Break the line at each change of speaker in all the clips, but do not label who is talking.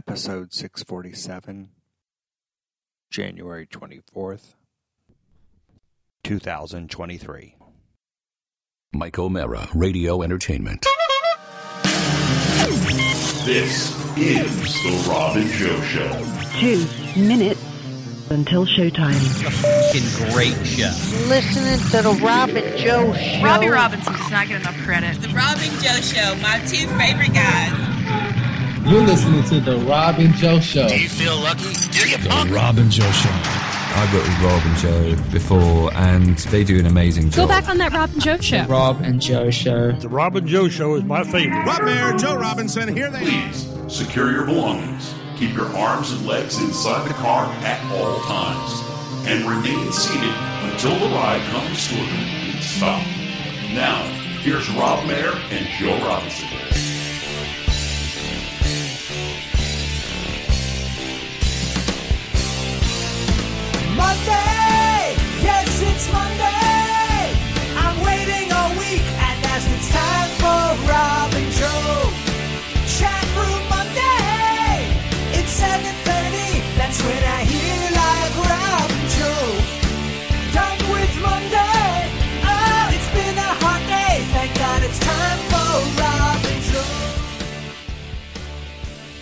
Episode 647, January 24th, 2023.
Mike O'Mara, Radio Entertainment.
This is the Rob and Joe Show.
two minutes until showtime.
fucking great show.
listening to the Robin Joe show.
Robbie Robinson does not get enough credit.
The Robin Joe Show, my two favorite guys.
You're listening to the Robin Joe Show.
The Robin Joe Show.
I've worked with Rob and Joe before, and they do an amazing job.
on that Robin Joe show.
Oh,
Rob and Joe Show.
Please secure your belongings. Keep your arms and legs inside the car at all times. And remain seated until the ride comes to a complete stop. Now, here's Rob Mayer and Joe Robinson.
Monday! Yes, it's Monday! I'm waiting all week, and as it's time for Rob and Joe. Chat room Monday! It's 7.30, that's when I hear live Rob and Joe. Done with Monday! Oh, it's been a hard day, thank God it's time for Rob and Joe.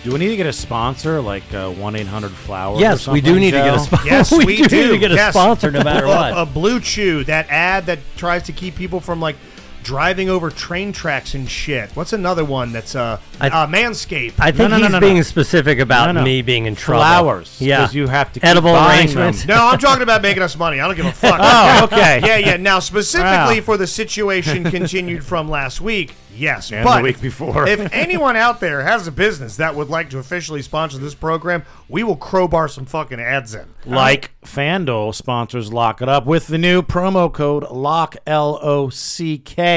Do we need to get a sponsor, like one eight hundred flowers?
Yes, we do need to get a sponsor.
Yes,
we,
we
do,
do.
need to get a
Yes.
sponsor no matter
A,
what.
Blue Chew, that ad that tries to keep people from like driving over train tracks and shit. What's another one that's uh,
I-
uh Manscaped?
I think
no, no,
he's
no, no.
being specific about
No, no.
me being in trouble.
Flowers,
yeah.
'cause you have to keep
edible
buying
arrangements.
them.
no, I'm talking about making us money. I don't give a fuck.
Oh, okay.
Yeah, yeah. Now, specifically
Wow.
for the situation continued from last week, yes.
And
but
the week before.
if anyone out there has a business that would like to officially sponsor this program, we will crowbar some fucking ads in.
Like FanDuel sponsors Lock It Up with the new promo code LOCK L O C K.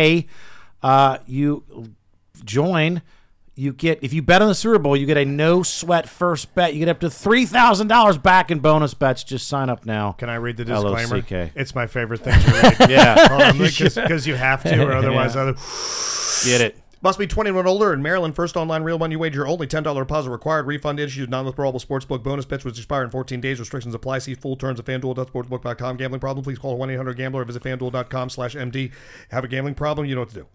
Uh, you join, you get if you bet on the Super Bowl, you get a no sweat first bet. You get up to three thousand dollars back in bonus bets. Just sign up now.
Can I read the disclaimer?
LOCK.
It's my favorite thing to read. yeah, because you have to, or otherwise,
Yeah.
other-
Get it.
must be 21 and older in Maryland. First online real money wager only. Ten dollar deposit required. Refund issued. Non-withdrawable sportsbook bonus bets which expire in 14 days. Restrictions apply. See full terms at FanDuel.sportsbook.com. Gambling problem? Please call 1-800-GAMBLER or visit FanDuel.com/md. Have a gambling problem? You know what to do.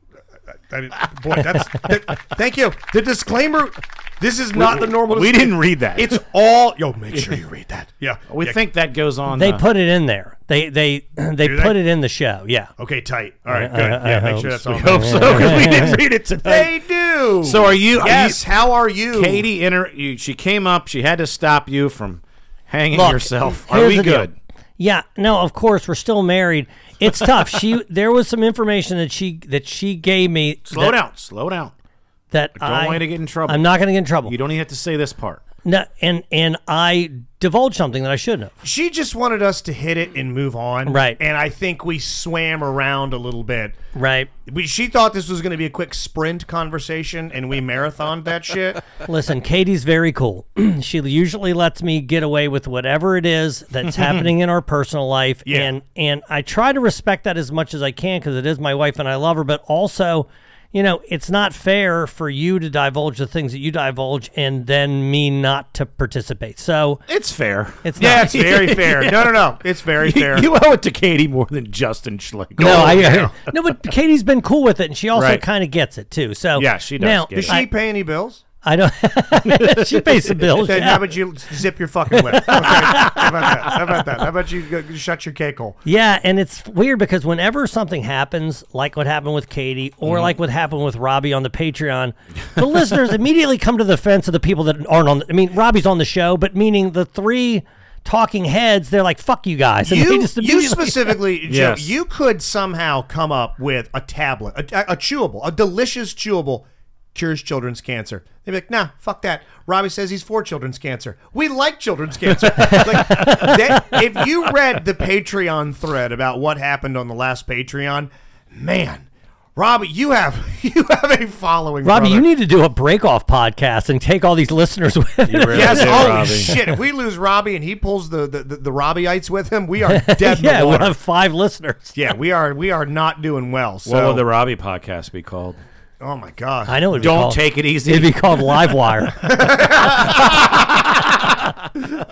I mean, boy, that's th- thank you. The disclaimer. This is not the normal.
we didn't read that.
It's all. Yo, make sure you read that. Yeah,
We
Yeah.
think that goes on.
They
uh,
put it in there. They they they
Do
put
they?
it in the show. Yeah.
Okay, tight. All right,
I-
good.
I-
yeah,
I
make
hope
sure that's
so.
all.
We hope so,
because we didn't read it today.
They do.
So are you- are
Yes.
you-
how are you,
Katie, inter- you, she came up. She had to stop you from hanging
Look,
yourself.
here's
Are we
the deal.
good?
Yeah, no, of course we're still married. It's tough. she there was some information that she that she gave me.
Slow
that,
down. Slow down.
That
Don't
I
want you to get in trouble.
I'm not going to get in trouble.
You don't even have to say this part.
No, and and I divulged something that I shouldn't have.
She just wanted us to hit it and move on.
Right.
And I think we swam around a little bit.
Right.
We, she thought this was going to be a quick sprint conversation, and we marathoned that shit.
Listen, Katie's very cool. she usually lets me get away with whatever it is that's happening in our personal life,
Yeah.
and and I try to respect that as much as I can because it is my wife and I love her. But also, you know, it's not fair for you to divulge the things that you divulge and then me not to participate. So
It's fair.
it's
Yeah,
not,
it's very fair. No, no, no. It's very fair.
You owe it to Katie more than Justin Schlegel.
No, I, no, but Katie's been cool with it, and she also
Right.
kind of gets it too. So
Yeah, she does
Now,
get it.
Does she
I,
pay any bills?
I don't. she pays the bills.
Then
yeah.
how about you zip your fucking lip? Okay. how about that? How about that? How about you go- shut your cake hole?
Yeah, and it's weird because whenever something happens, like what happened with Katie or
Mm-hmm.
like what happened with Robbie on the Patreon, the listeners immediately come to the fence of the people that aren't on. The, I mean, Robbie's on the show, but meaning the three talking heads, they're like, "Fuck you guys!" And they
You,
just
you
immediately-
specifically,
Yes.
Joe, you could somehow come up with a tablet, a, a chewable, a delicious chewable cures children's cancer. They'd be like, nah, fuck that. Robbie says he's for children's cancer. We like children's cancer. like, that, if you read the Patreon thread about what happened on the last Patreon, man, Robbie, you have you have a following.
Robbie,
brother.
you need to do a break off podcast and take all these listeners with. You
Yes,
Yeah,
holy
Robbie.
shit. If we lose Robbie and he pulls the, the, the, the Robbyites with him, we are dead in
yeah,
the
we'll
water.
have five listeners.
Yeah, we are we are not doing well. So
What will the Robbie podcast be called?
Oh my god!
I know. It'd be
Don't
called-
take it easy.
It'd be called Livewire.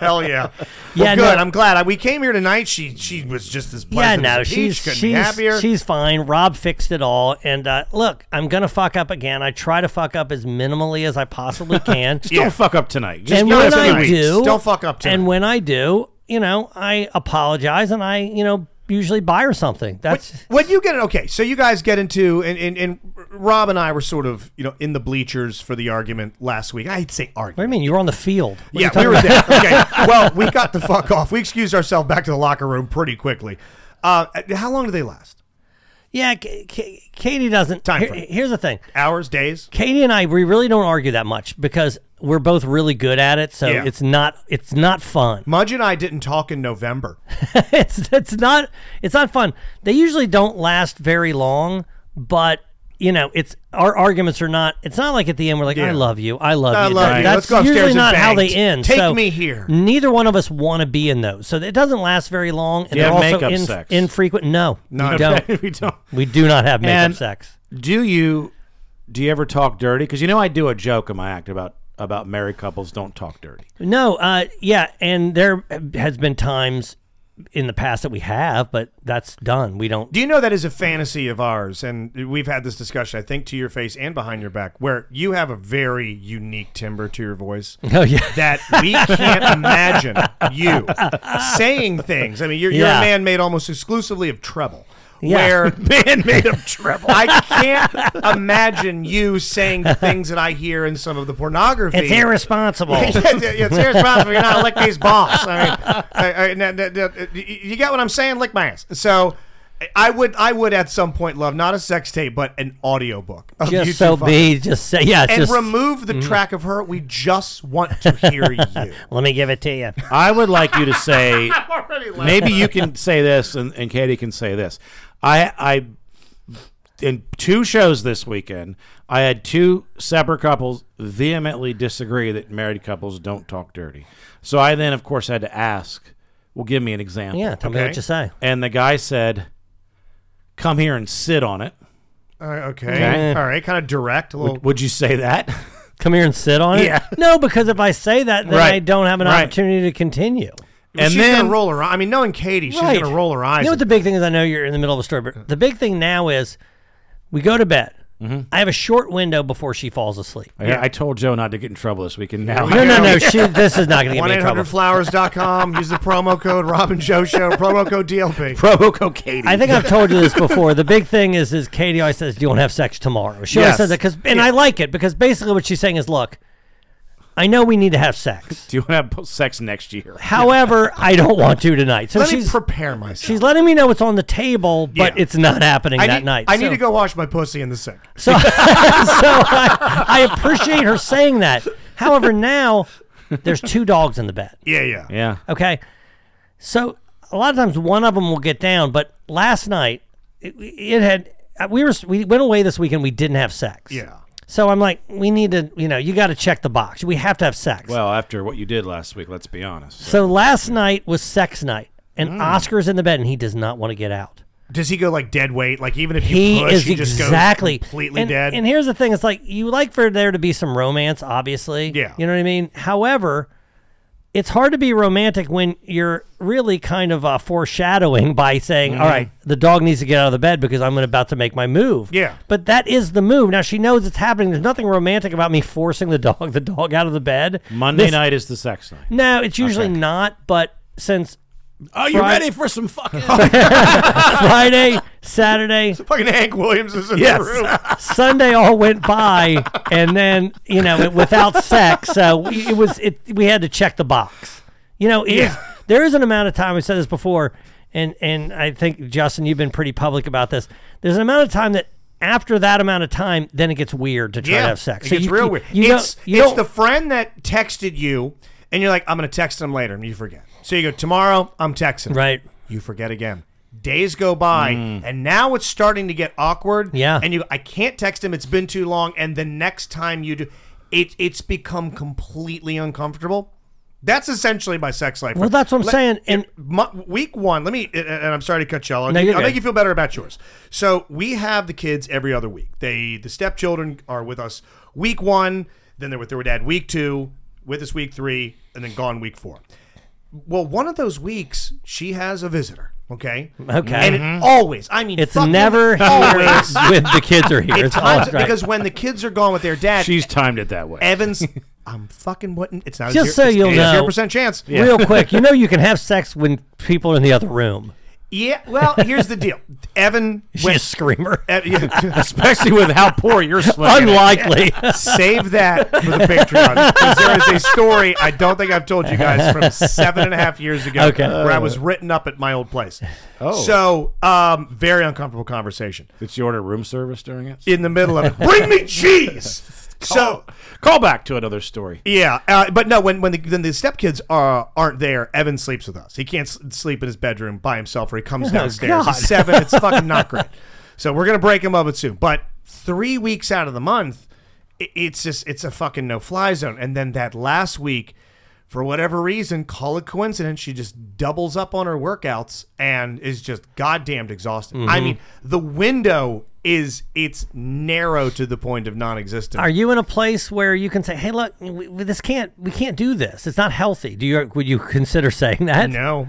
Hell yeah.
Yeah,
well, good.
no.
I'm glad I, we came here tonight. She she was just as pleasant.
Yeah, no,
as a peach.
she's
couldn't
she's
be happier.
she's fine. Rob fixed it all, and uh, look, I'm gonna fuck up again. I try to fuck up as minimally as I possibly can.
Just don't fuck up tonight. Just
and
give
when
us a few
I
weeks.
do,
Don't fuck up tonight.
And when I do, you know, I apologize, and I, you know, usually buy her something. That's
when you get it okay so you guys get into and, and and rob and i were sort of you know in the bleachers for the argument last week i'd say argument
what do you mean you were on the field What are you
yeah we
talking
were
about?
there okay well we got the fuck off we excused ourselves back to the locker room pretty quickly uh how long do they last
yeah K- K- katie doesn't
Time
here-
frame.
here's the thing
hours days
Katie and I, we really don't argue that much because we're both really good at it. So
Yeah.
it's not it's not fun.
mudge and i didn't talk in november
it's it's not it's not fun. They usually don't last very long, but you know, it's our arguments are not. It's not like at the end we're like, "I
Yeah.
love you, I love
I
you."
love
That-
you.
That's
Let's go upstairs
usually
and
not how
bang.
they end.
Take
So
me here.
Neither one of us want to be in those, so it doesn't last very long. And
Do you
they're
have
also
makeup
in-
sex?
infrequent. No,
No,
we don't.
we don't.
We do not have makeup
And
sex.
Do you do you ever talk dirty? Because you know I do a joke in my act about about married couples don't talk dirty.
No, uh, yeah, and there has been times in the past that we have, but that's done. We don't.
Do you know that is a fantasy of ours? And we've had this discussion, I think, to your face and behind your back, where you have a very unique timbre to your voice.
Oh, yeah.
That we can't imagine you saying things. I mean, you're, you're
Yeah.
a man made almost exclusively of treble.
Yeah.
Where
Man made of treble.
I can't imagine you saying the things that I hear in some of the pornography.
It's irresponsible.
Yeah, yeah, it's irresponsible. You're not lick these balls. I mean, I- I- n- n- n- you get what I'm saying? Lick my ass. So. I would, I would at some point love not a sex tape, but an audiobook. of you two
Just so
fucking-
be, just say yeah.
and
just
remove
Mm-hmm.
the track of her. We just want to hear you.
let me give it to you.
I would like you to say
laughing.
maybe you can say this and, and Katie can say this. I I in two shows this weekend, I had two separate couples vehemently disagree that married couples don't talk dirty. So I then of course had to ask, well give me an example.
Yeah, tell me
Okay.
what you say.
And the guy said, Come here and sit on it.
All right, okay.
Uh,
Okay.
all right, kind of direct, a little.
Would, would you say that?
Come here and sit on it.
Yeah.
No, because if I say that, then
Right.
I don't have an
Right.
opportunity to continue.
and
she's
then
gonna roll her. eye- I mean, knowing Katie, she's
Right.
gonna roll her eyes.
You know what the
at-
big thing is? I know you're in the middle of a story, but the big thing now is we go to bed. I have a short window before she falls asleep.
Mm-hmm. I, I told Joe not to get in trouble this weekend. Now
No, no, no. She, this is not going to get me in trouble.
1-800-Flowers.com. Use the promo code Robin Joe Show. Promo code DLP.
Provoco Katie.
I think I've told you this before. The big thing is, is Katie always says, "Do you want to have sex tomorrow?" She
Yes.
always says that because, and I like it because basically what she's saying is, "Look, I know we need to have sex.
Do you want to have sex next year?
However, I don't want to tonight." So
Let me
she's
prepare myself.
she's letting me know it's on the table, but
Yeah.
it's not happening
I
that
need,
night.
I need
So-
to go wash my pussy in the sink.
So, so I, I appreciate her saying that. However, now there's two dogs in the bed.
Yeah, yeah.
Yeah.
Okay. So a lot of times one of them will get down, but last night it, it had uh, we were we went away this weekend. We didn't have sex.
Yeah.
So I'm like, we need to, you know, you got to check the box. We have to have sex.
Well, after what you did last week, let's be honest.
so last night was sex night, and Oscar's in the bed, and he does not want to get out.
Does he go like dead weight? Like even if you
He
push,
is
he just
exactly
goes completely
and,
dead.
And here's the thing: it's like you like for there to be some romance, obviously.
Yeah.
You know what I mean. However, it's hard to be romantic when you're really kind of uh, foreshadowing by saying,
Mm-hmm.
"All right, the dog needs to get out of the bed because I'm about to make my move."
Yeah.
But that is the move. Now she knows it's happening. There's nothing romantic about me forcing the dog the dog out of the bed.
Monday
This-
night is the sex night.
No, it's usually not. But since
Are you
Right.
ready for some fucking?
Friday, Saturday,
Fucking Hank Williams is in
Yes.
the room.
Sunday all went by, and then you know it- without sex, so we- it was it. We had to check the box. You know, it is
Yeah.
there is an amount of time. We said this before, and and I think Justin, you've been pretty public about this. There's an amount of time that after that amount of time, then it gets weird to try to have sex.
It
So
gets
you-
real
you-
weird.
You don't-
it's
you
it's
don't-
the friend that texted you, and you're like, I'm gonna text him later, and you forget. So you go tomorrow, I'm texting. him."
Right.
You forget again. Days go by, and now it's starting to get awkward.
Mm. Yeah.
And you, I can't text him. It's been too long. And the next time you do, it, it's become completely uncomfortable. That's essentially my sex life.
Well, that's what I'm
Let-
saying, and-
it- my- week one, let me. And and I'm sorry to cut you all. I'll,
No, you're
I'll make
good.
you feel better about yours. So we have the kids every other week. They the stepchildren are with us week one. Then they're with their dad week two, with us week three, and then gone week four. Well, one of those weeks she has a visitor. Okay.
Okay.
And
Mhm.
Mm-hmm.
it always. I mean,
It's
fucking
never here
always.
when the kids are here.
It
It's
times-
always right.
because when the kids are gone with their dad,
She's timed it that way.
Evans, I'm fucking what? It's not
Just so
a
you'll know,
zero percent chance.
Real quick, you know you can have sex when people are in the other room.
Yeah, well, here's the deal. Evan
She's
went
a screamer,
Ev- yeah.
Especially with how poor you're slinging it.
Unlikely.
Save that for the Patreon because there is a story I don't think I've told you guys from seven and a half years ago
Okay.
where I was written up at my old place.
Oh.
so um, very uncomfortable conversation
Did you order room service during it?
in the middle of it. Bring me cheese. So
Call back to another story.
Yeah, uh, but no. When when the then the stepkids are aren't there, Evan sleeps with us. He can't s- sleep in his bedroom by himself, or he comes
Oh,
downstairs.
God.
He's seven. It's fucking not great. So we're gonna break him up it soon. But three weeks out of the month, i it's just it's a fucking no fly zone. And then that last week, for whatever reason, call it coincidence, she just doubles up on her workouts and is just goddamned exhausted. I
Mm-hmm.
Mhm.
mean, the window is it's narrow to the point of non-existent.
Are you in a place where you can say, "Hey, look, we, we- this can't, we can't do this. It's not healthy." Do you would you consider saying that?
No,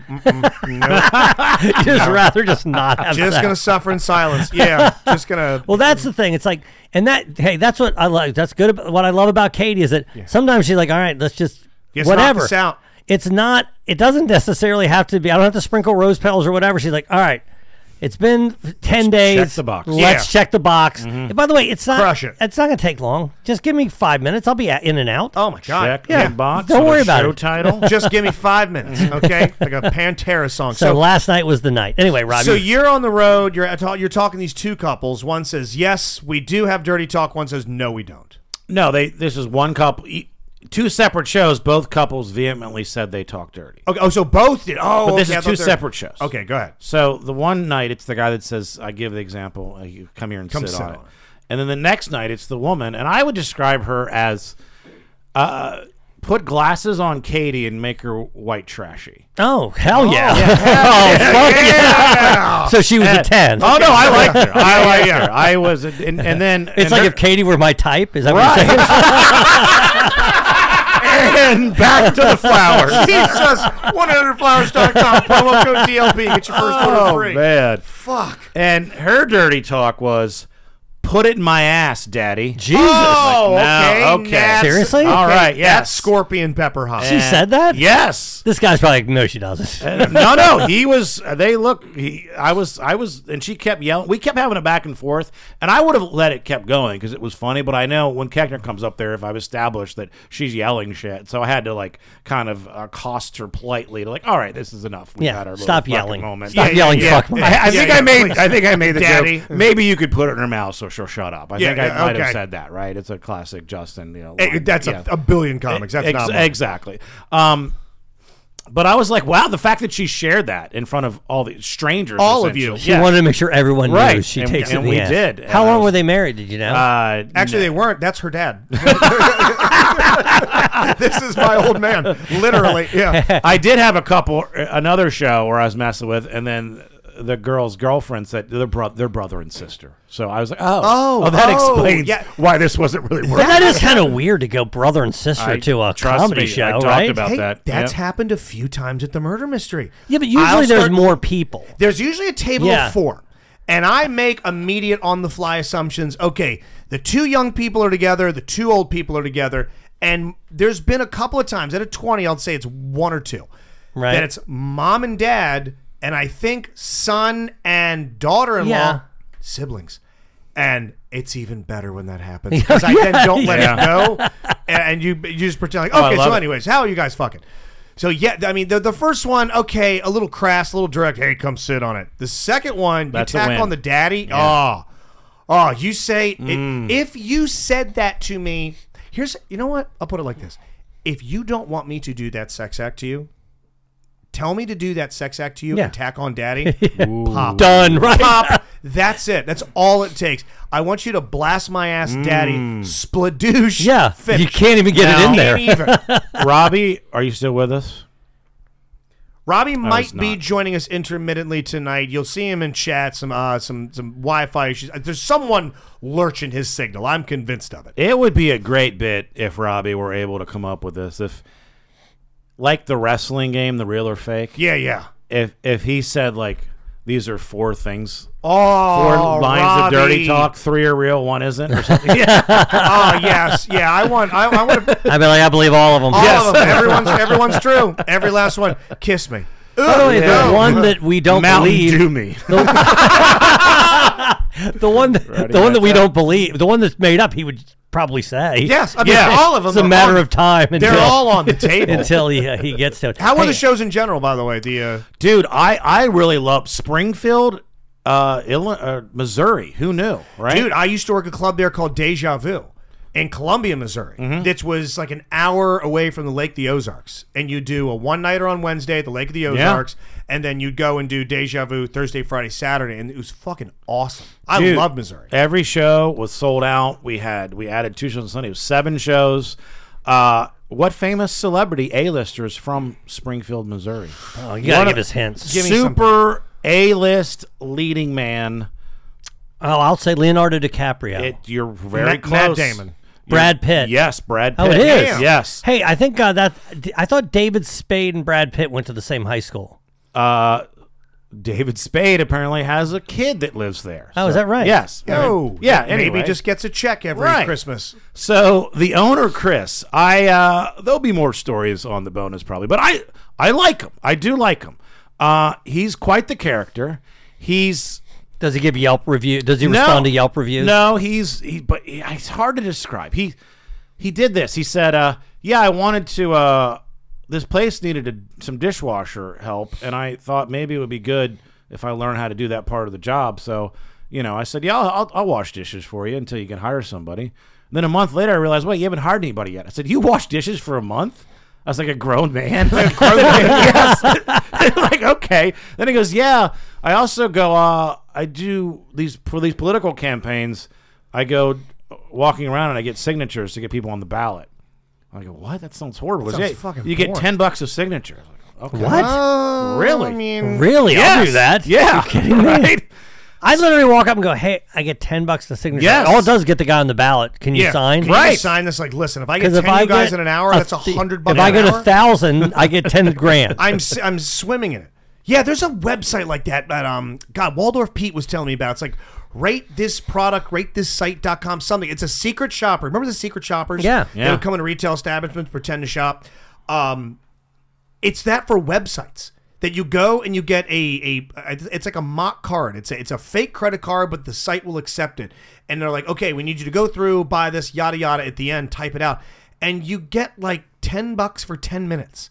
Mm-mm. no.
you just rather just not have
Just
sex.
gonna suffer in silence. Yeah, just gonna.
Well, that's the thing. It's like, and that hey, that's what I like. That's good. About, what I love about Katie is that sometimes she's like, "All right, let's just
Just knock
whatever."
this out.
It's not. It doesn't necessarily have to be. I don't have to sprinkle rose petals or whatever. She's like, "All right." It's been ten days.
the box.
Let's
Yeah.
check the box. And by the way, it's not.
Crush it.
It's not going to take long. Just give me five minutes. I'll be a- in and out.
Oh my god!
Check
Yeah.
the box.
Don't
with
worry
a
about
show
it.
Title.
Just give me five minutes, okay? Like a Pantera song.
So, last night was the night. Anyway, Robbie.
So you're on the road. You're at ta- you're talking these two couples. One says yes, we do have dirty talk. One says no, we don't.
No, they. This is one couple. e- Two separate shows. Both couples vehemently said they talk dirty.
Okay. Oh, so both did. Oh,
but this
okay, I thought
is two
they were-
separate shows.
Okay, go ahead.
So the one night it's the guy that says, "I give the example. uh, You come here and
Come
sit,
sit
on, it.
on it.
And then the next night it's the woman, and I would describe her as, uh, put glasses on Katie and make her white trashy.
oh hell yeah!
yeah.
oh fuck yeah! So she was a
And-
ten.
Oh no, I liked her. I liked her. I was, a, and, and then
It's
and
like
her-
if Katie were my type. Is that what you're saying?
and back to the flowers.
Jesus, 100flowers.com promo code DLP. Get your first order
Oh
free.
man,
Fuck.
And her dirty talk was, "Put it in my ass, daddy."
Jesus.
Oh,
Like,
okay.
no, okay.
that's-
Seriously?
All
okay,
right, yes.
That's scorpion pepper hot.
She said that?
Yes.
This guy's probably like, no, she doesn't.
Uh, no, no. He was. uh, They look. He. I was. I was. And she kept yelling. We kept having a back and forth. And I would have let it kept going because it was funny. But I know when Keckner comes up there, if I've established that she's yelling shit, so I had to like kind of accost her politely to like, all right, this is enough. We've
Yeah,
had our little
stop
fucking
yelling.
Moment.
Stop
Yeah,
yelling,
yeah,
fuck.
yeah.
me.
I, I
Yeah,
think
yeah,
I made.
please.
I think I made the
Daddy. Mm.
joke. Maybe you could put it in her mouth so she'll shut up. I
Yeah,
think I
yeah,
might
okay.
have said that right. It's a classic Justin. You know,
Hey,
line.
that's
Yeah.
a, a billion comics. That's
Ex-
not one.
exactly. Um, but I was like, wow, the fact that she shared that in front of all the strangers,
All of you.
essentially.
She wanted to make sure everyone knew
Right.
she
And-
takes it.
and
in the
we
ass.
did.
How
And I
long
was-
were they married? Did you know?
Uh,
Actually, they weren't. That's her dad. this is my old man. Literally. Yeah.
I did have a couple, another show where I was messing with, and then the girl's girlfriend said they're, bro- they're brother and sister. So I was like, oh,
Oh,
that
oh,
explains
yeah.
why this wasn't really
But
working.
that is kind of weird to go brother and sister
I-
to a
trust
comedy
me, I
show,
talked
right?
about-
Hey,
that.
that's
Yep.
happened a few times at the murder mystery.
yeah, but
I'll
usually there's
start-
more people.
There's usually a table
Yeah.
of four. And I make immediate on the fly assumptions. Okay, the two young people are together, the two old people are together. And there's been a couple of times, out of 20, I'll say it's one or two.
Right.
That it's mom and dad, and I think son and daughter in law,
Yeah.
siblings. And it's even better when that happens because I then
Yeah.
don't let
Yeah.
it go, and, and you you just pretend like
Oh, I
okay.
love
so,
it.
anyways, how are you guys fucking? So yeah, I mean the the first one, okay, a little crass, a little direct. Hey, come sit on it. The second one,
That's a
you tack
win.
on the daddy. Oh, oh, you say
Mm.
if you said that to me, here's you know what? I'll put it like this: if you don't want me to do that sex act to you. Tell me to do that sex act to you
Yeah.
and tack on daddy. Pop.
Done, right?
Pop.
That's it. That's all it takes. I want you to blast my ass, Daddy.
Mm.
Spladoosh.
Yeah,
finish.
you can't even get it in there.
Can't even.
Robbie, are you still with us?
Robbie
was
might be
not.
joining us intermittently tonight. You'll see him in chat. Some uh, some some Wi-Fi issues. There's someone lurching his signal. I'm convinced of it.
It would be a great bit if Robbie were able to come up with this. If like the wrestling game, the real or fake.
Yeah, yeah.
If if he said like these are four things. four
Oh,
lines of dirty
Robbie.
talk, three are real, one isn't, or something.
oh yes, yeah. I want. I, I want to.
I mean, like, I believe all of them.
All of them. Everyone's everyone's true. Every last one. Kiss me.
By the way,
Ooh, no.
the one that we don't
Mountain
believe.
Dew me.
The one, that, the one that we don't believe. The one that's made up. He would probably say.
Yes, I mean, all of them
It's a
are
matter
on-
of time.
they're
until-
all on the table.
until he, he gets to it.
How are
Hey,
the shows in general? By the way, the uh,
Dude, I, I really love Springfield, uh, Illinois, uh, Missouri. Who knew, right?
Dude, I used to work a club there called Deja Vu in Columbia, Missouri.
Mm-hmm.
This was like an hour away from the Lake of the Ozarks. And you do a one nighter on Wednesday at the Lake of the Ozarks, and then you'd go and do Deja Vu Thursday, Friday, Saturday, and it was fucking awesome. I
Dude,
love Missouri.
Every show was sold out. We had we added two shows on Sunday. It was seven shows. Uh, what famous celebrity A-listers from Springfield, Missouri?
Oh, you gotta
One
give
of-
us hints.
Give me
super A-list leading man.
Oh, I'll say Leonardo DiCaprio.
It, you're very
Matt-
close.
Matt Damon.
Brad Pitt.
Yes, Brad Pitt.
Oh, it is.
Damn.
Yes.
Hey, I think uh, that I thought David Spade and Brad Pitt went to the same high school.
Uh, David Spade apparently has a kid that lives there.
Oh, is
So-
that right?
Yes. I mean,
Oh,
yeah.
maybe
anyway.
just gets a check every
Right.
Christmas.
So the owner, Chris, I uh, there'll be more stories on the bonus probably, but I I like him. I do like him. Uh, he's quite the character. He's
Does he give Yelp review? Does he
no.
respond to Yelp reviews?
No, he's he, but he, it's hard to describe. He he did this. He said, uh, "Yeah, I wanted to. Uh, this place needed a, some dishwasher help, and I thought maybe it would be good if I learn how to do that part of the job. So, you know, I said, yeah, I'll, I'll, I'll wash dishes for you until you can hire somebody. And then a month later, I realized, wait, you haven't hired anybody yet. I said, you wash dishes for a month." I was like a grown man. Like, yes. like okay. Then he goes, yeah. I also go. Uh, I do these for these political campaigns. I go walking around and I get signatures to get people on the ballot. I go, what? That sounds horrible.
That
He goes,
sounds fucking
you get
boring.
ten bucks a signature. I was like, okay.
What?
Oh,
Really?
I mean,
really? I'll
Yes.
do that.
Yeah.
You kidding me?
Right?
I literally walk up and go, "Hey, I get ten bucks to signature."
Yes.
All it does is get the guy on the ballot. Can you
yeah.
sign?
Can you
Right.
sign this? Like, listen, if I get
'Cause
ten
if I
you guys
get
in an hour,
a
that's a
th-
hundred bucks.
If I
an
get
hour.
a thousand, I get ten grand.
I'm s- I'm swimming in it. Yeah, there's a website like that that um God Waldorf Pete was telling me about. It's like rate this product, rate this site.com, something. It's a secret shopper. Remember the secret shoppers?
Yeah.
They
Yeah.
would come into retail establishments, pretend to shop. Um it's that for websites. That you go and you get a, a it's like a mock card. It's a it's a fake credit card, but the site will accept it. And they're like, okay, we need you to go through, buy this, yada yada. At the end, type it out, and you get like ten bucks for ten minutes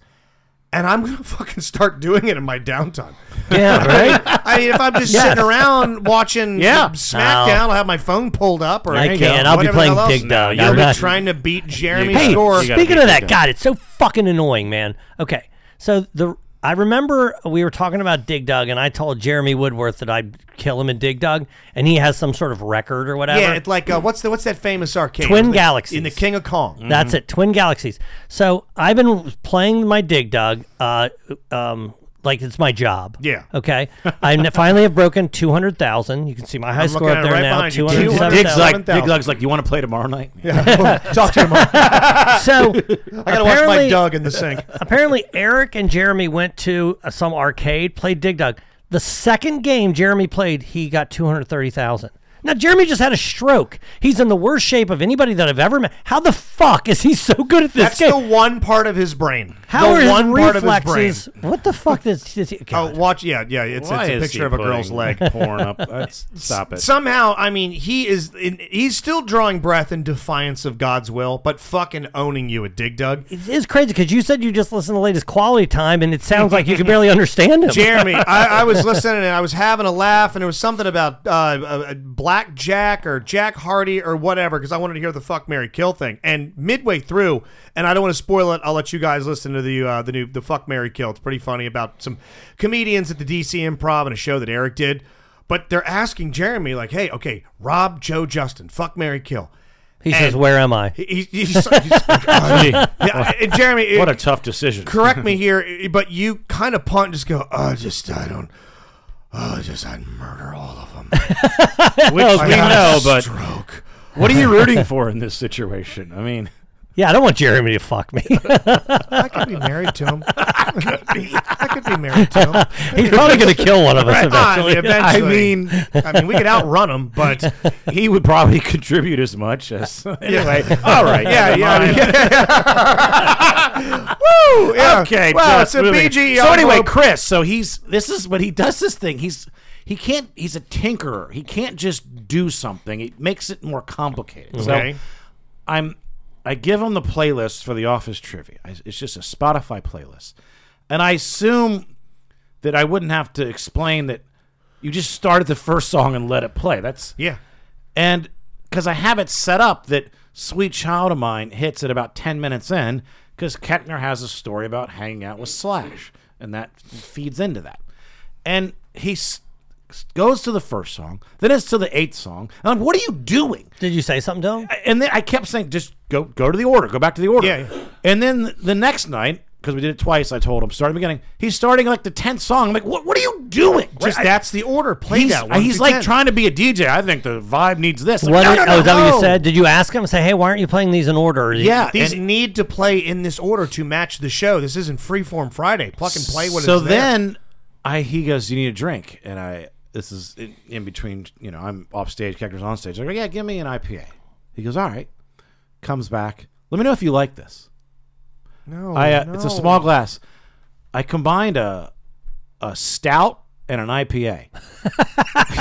and I'm gonna fucking start doing it in my downtime.
yeah, right.
I mean, if I'm just
Yes.
sitting around watching
Yeah.
SmackDown, I'll have my phone pulled up, or
I
you know,
can't. I'll be
whatever
playing
the hell else.
Dig Dug.
You're
I'm not-
trying to beat Jeremy
Hey,
Shore.
you gotta
Speaking
be
of that,
good.
God, it's so fucking annoying, man. Okay, so the I remember we were talking about Dig Dug, and I told Jeremy Woodworth that I'd kill him in Dig Dug, and he has some sort of record or whatever.
yeah, it's like uh, what's the what's that famous arcade?
Twin
It was the-
Galaxies.
in the King of Kong.
That's it, Twin Galaxies. So I've been playing my Dig Dug, uh, um, like it's my job.
Yeah.
Okay. I n- finally have broken two hundred thousand. You can see my high
I'm
score up
looking at it
there
right
now.
behind you.
Two hundred
Dig's
seven
like,
7,000.
Dig Lug's like, you want to play tomorrow night?
Talk to you tomorrow. I
thousand. So I
gotta watch my Doug in the sink.
apparently Eric and Jeremy went to uh, some arcade, played Dig Dug. The second game Jeremy played, he got 230,000. Now Jeremy just had a stroke. He's in the worst shape of anybody that I've ever met. How the fuck is he so good at this
That's
game?
the one part of his brain.
How
the
are his
one part of his
reflexes?
brain.
What the fuck is, is he?
Oh,
God.
watch! Yeah, yeah. It's,
Why
it's a
is he
picture of a girl's
putting
leg.
Porn up. That's, stop it.
Somehow, I mean, he is in, he's still drawing breath in defiance of God's will, but fucking owning you at Dig Dug.
It is crazy because you said you just listened to the latest Quality Time, and it sounds like you can barely understand him.
Jeremy, I, I was listening and I was having a laugh, and there was something about uh, uh, Black Jack or Jack Hardy or whatever, because I wanted to hear the fuck Mary Kill thing. And midway through, and I don't want to spoil it, I'll let you guys listen to the uh, the new the fuck Mary Kill. It's pretty funny about some comedians at the DC Improv and a show that Eric did.
But they're asking Jeremy, like, hey, okay, Rob, Joe, Justin, fuck, Mary, kill.
He
And
says, "Where am I?"
He, he- he's, he's like, "Oh, yeah." Yeah, and Jeremy,
what a
it-
tough decision.
correct me here, but you kind of punt, and just go, oh, just I don't, oh, just I murder all of them,
Which
I
we
got a
know, but
stroke.
what are you rooting for in this situation? I mean,
yeah, I don't want Jeremy to fuck me.
I could be married to him. I could be married to him.
He's probably gonna kill one of us
I
eventually.
mean,
I
eventually.
mean-
I mean, we could outrun him, but
he would probably contribute as much as anyway. All right,
yeah,
never
yeah,
mind.
yeah. Woo! Yeah.
Okay,
Well,
just
it's a
moving.
BG.
So anyway,
envelope.
Chris. So he's this is but he does this thing. He's he can't. He's a tinkerer. He can't just do something. It makes it more complicated.
Okay.
So I'm I give him the playlist for the office trivia. I, it's just a Spotify playlist, and I assume that I wouldn't have to explain that you just started the first song and let it play. That's
yeah.
And because I have it set up that Sweet Child of Mine hits at about 10 minutes in, because Kettner has a story about hanging out with Slash, and that feeds into that. And he s- goes to the first song, then it's to the eighth song. And I'm, what are you doing?
Did you say something to him?
And then I kept saying, just go go to the order, go back to the order.
Yeah, yeah.
And then th- the next night, because we did it twice, I told him, start at the beginning. He's starting like the 10th song. I'm like, what, what are you doing?
Just
I-
that's the order. Play
he's,
that one.
He's
through
like
10.
trying to be a DJ. I think the vibe needs this. Like,
What
no,
did-
no,
oh,
no,
is that what
no.
you said? Did you ask him? Say, hey, why aren't you playing these in order? Or-
Yeah,
These
and-
need to play in this order to match the show. This isn't Freeform Friday. Pluck and play what
so
it's there.
then I he goes, "You need a drink," and I this is in, in between. You know, I'm off stage, characters on stage. I go, "Yeah, give me an IPA." He goes, "All right." Comes back. Let me know if you like this.
no,
I uh,
no.
it's a small glass. I combined a a stout and an IPA.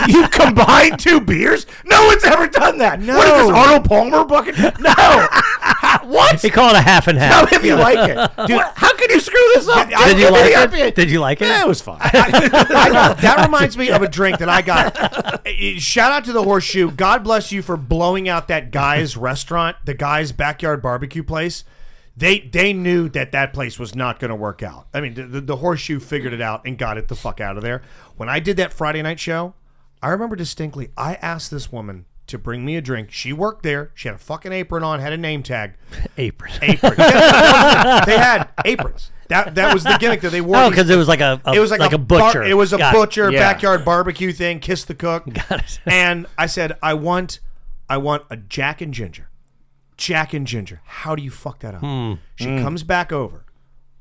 you combined two beers? No one's ever done that. What is
No.
this Arnold Palmer bucket? No. what?
He called a half and
No,
half.
if you like it, dude. How can you screw this up?
Did you
give me
like
the
it?
IPA.
Did you like it?
Yeah, it was fine.
I know. That reminds me of a drink that I got. Uh, Shout out to the Horseshoe. God bless you for blowing out that guy's restaurant, the guy's backyard barbecue place. They they knew that that place was not going to work out. I mean, the, the, the Horseshoe figured it out and got it the fuck out of there. When I did that Friday night show, I remember distinctly. I asked this woman to bring me a drink. She worked there. She had a fucking apron on, had a name tag.
Apron.
Apron. they had aprons. That that was the gimmick that they wore.
Oh,
these-
because it was like a, a-
it was like, a, bar-
butcher.
it was a
Got it.
butcher
Yeah.
backyard barbecue thing. Kiss the cook.
Got it.
and I said, I want, I want a Jack and Ginger. Jack and Ginger. How do you fuck that up?
Hmm.
She comes back over.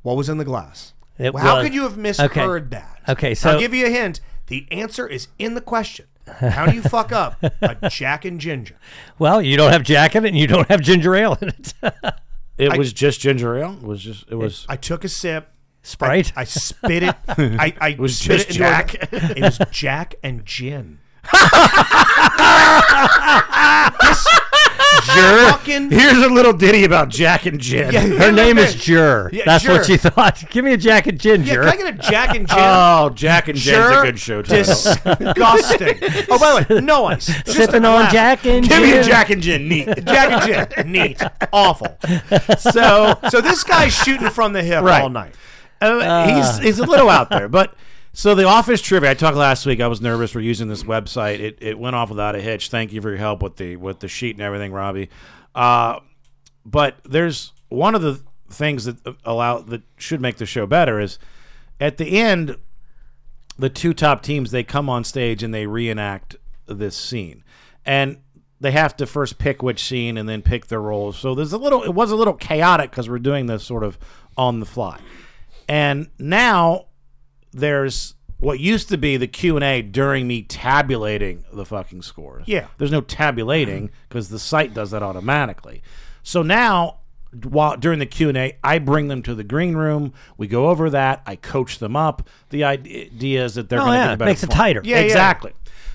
What was in the glass?
It
Well, how
was-
could you have
okay.
misheard that?
Okay, so-
I'll give you a hint. The answer is in the question. How do you fuck up a Jack and Ginger?
Well, you don't have Jack in it, and you don't have ginger ale in it.
It was just ginger ale. It was just it was
I took a sip.
Sprite.
I spit it. I, I
was
spit
just
it into a-
Jack.
it was Jack and gin. this fucking
Here's a little ditty about Jack and Jen.
Yeah.
Her name is Jur.
Yeah,
That's what
Jur.
she thought. Give me a Jack and
yeah.
ginger.
Can I get a Jack and gin?
Oh, Jack and Jen's
Sure.
a good show title.
Disgusting. oh, by the way, no ice. Just
Sipping on
glass.
Jack and
Give me
ginger.
a Jack and Jen neat.
Jack and gin. Neat. Awful.
So
So this guy's shooting from the hip
Right.
all night.
uh, he's he's a little out there, but so the office trivia. I talked last week. I was nervous. We're using this website. It it went off without a hitch. Thank you for your help with the with the sheet and everything, Robbie. Uh, but there's one of the things that allow that should make the show better is at the end the two top teams they come on stage and they reenact this scene and they have to first pick which scene and then pick their roles so there's a little it was a little chaotic because we're doing this sort of on the fly and now there's what used to be the q&a during me tabulating the fucking scores
Yeah.
there's no tabulating because the site does that automatically so now while during the q&a i bring them to the green room we go over that i coach them up the idea is that they're
Oh,
going to
yeah,
get a
it
better
makes it
perform-
tighter. Yeah,
yeah.
exactly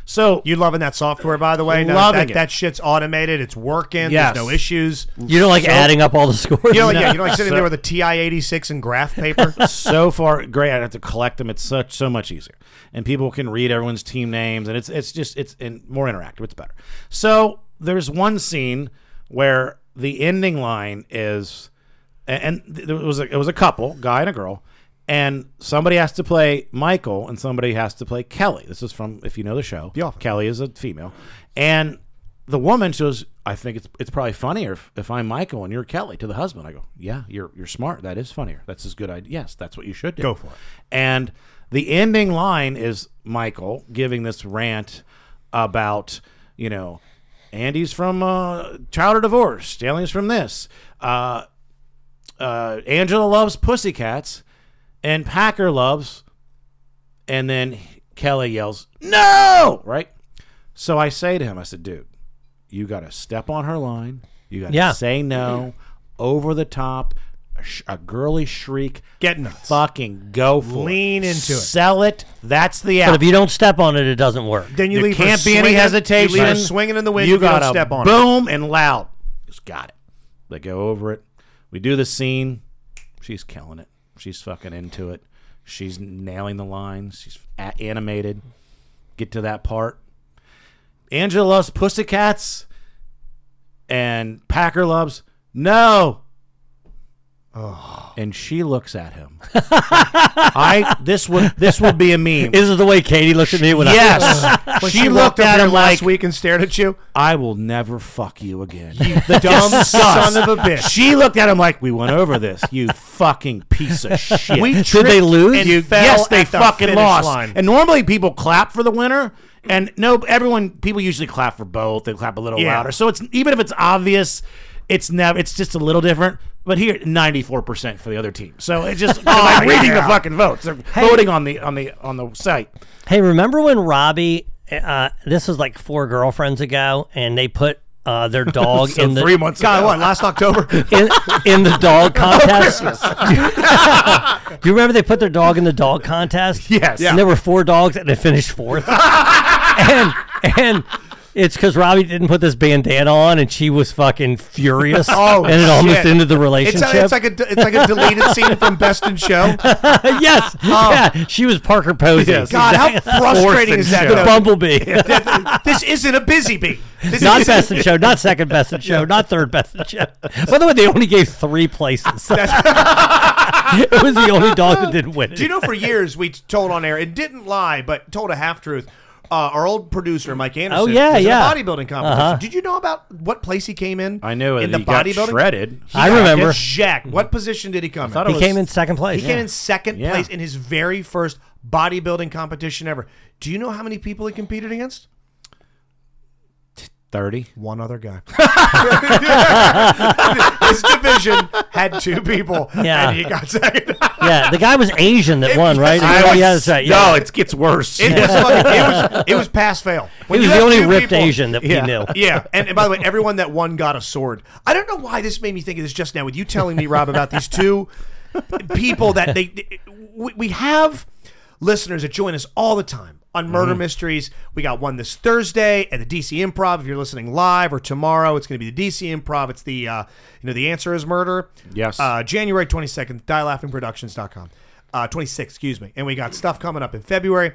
so
You loving that software, by the way? No,
Loving
that,
it.
That shit's automated. It's working.
Yes.
There's no issues.
You don't like adding up all the scores.
You know,
No.
yeah, you know, like sitting
So-
there with a TI eighty six and graph paper.
so far great. I have to collect them. It's such so much easier, and people can read everyone's team names, and it's it's just it's and more interactive. It's better. So there's one scene where the ending line is, and, and there was a, it was a couple, guy and a girl,
and somebody has to play Michael and somebody has to play Kelly. This is from if you know the show. Yeah. Kelly is a female, and the woman says, "I think it's it's probably funnier if, if I'm Michael and you're Kelly." To the husband, I go, "Yeah, you're you're smart. That is funnier. That's as good idea. Yes, that's what you should do.
Go for it."
And the ending line is Michael giving this rant about you know Andy's from uh, child or divorce. Stanley's from this. Uh, uh, Angela loves pussycats, and Packer loves. And then Kelly yells, "No!" Right. So I say to him, I said, "Dude, you got to step on her line. You got to
Yeah.
say no, over the top, a, sh- a girly shriek.
Get nuts.
Fucking go for
Lean
it.
into it.
Sell it. That's the app.
But if you don't step on it, it doesn't work.
Then you
there
leave her
can't be any
swinging-
hesitation.
You leave her swinging in the wind.
You
if don't
gotta
step on it.
boom and loud. Just got it. They go over it. We do the scene. She's killing it. She's fucking into it. She's nailing the lines. She's a- animated. Get to that part. Angela loves pussycats, and Packer loves no. And she looks at him. I this would this would be a meme.
Is it the way Katie looked at me when I?
Yes.
When
she,
she, walked
looked
up
at
here
him
last
like,
week and stared at you.
I will never fuck you again.
The dumb son of a bitch.
She looked at him like, we went over this, you fucking piece of shit.
We
Did they
tripped
lose?
and
You-
fell
yes, they
at the
fucking
finish
lost.
line.
And normally people clap for the winner. And no, everyone, people usually clap for both. They clap a little
Yeah.
louder. So it's even if it's obvious, it's never. It's just a little different. But here, ninety four percent for the other team. So it's just 'cause
Oh,
I'm reading the fucking votes. They're voting on the on the on the site.
Hey, remember when Robbie? Uh, this was like four girlfriends ago, and they put uh, their dog
So
in the
three months.
God,
ago.
what? Last October.
in, in the
Oh,
dog contest. Do you remember they put their dog in the dog contest?
Yes.
And there were four dogs, and they finished fourth. and and it's because Robbie didn't put this bandana on, and she was fucking furious.
Oh,
and it almost
shit.
ended the
It's,
relationship.
a, it's like a it's like a deleted scene from Best in Show.
yes, yeah, she was Parker Posey.
Yes.
oh. God, how frustrating is that?
the
though?
bumblebee.
this isn't a busy bee. This
not
is-
best in show, not second best in show, not third best in show. By the way, they only gave three places. it was the only dog that didn't win. it.
Do you know for years we told on air and didn't lie, but told a half truth. Uh, our old producer Mike Anderson.
Oh, yeah,
was in a
yeah. Uh-huh.
bodybuilding competition. Did you know about what place he came in?
I knew it.
in the
He got
bodybuilding.
shredded.
He
I
got
remember.
Jack. What position did he come in?
thought it
he
was-
came in second place.
He
yeah.
came in second
Yeah.
place in his very first bodybuilding competition ever. Do you know how many people he competed against?
Thirty.
One other guy. His division had two people,
Yeah.
and he got second.
yeah, the guy was Asian that won, right?
I
yeah,
was-
yeah, that's right.
No,
Yeah.
it gets worse.
It was fucking, it was it was pass fail.
he
When
was
you
the
have
only
two
ripped
people-
Asian that
Yeah.
we knew.
Yeah, and, and by the way, everyone that won got a sword. I don't know why this made me think of this just now with you telling me, Rob, about these two people that they we, we have listeners that join us all the time on murder
Mm-hmm.
mysteries. We got one this Thursday at the DC Improv. If you're listening live or tomorrow, it's going to be the DC Improv. It's the uh, you know the answer is murder.
Yes.
Uh, January 22nd, dielaughingproductions.com. Uh, 26th, excuse me. And we got stuff coming up in February.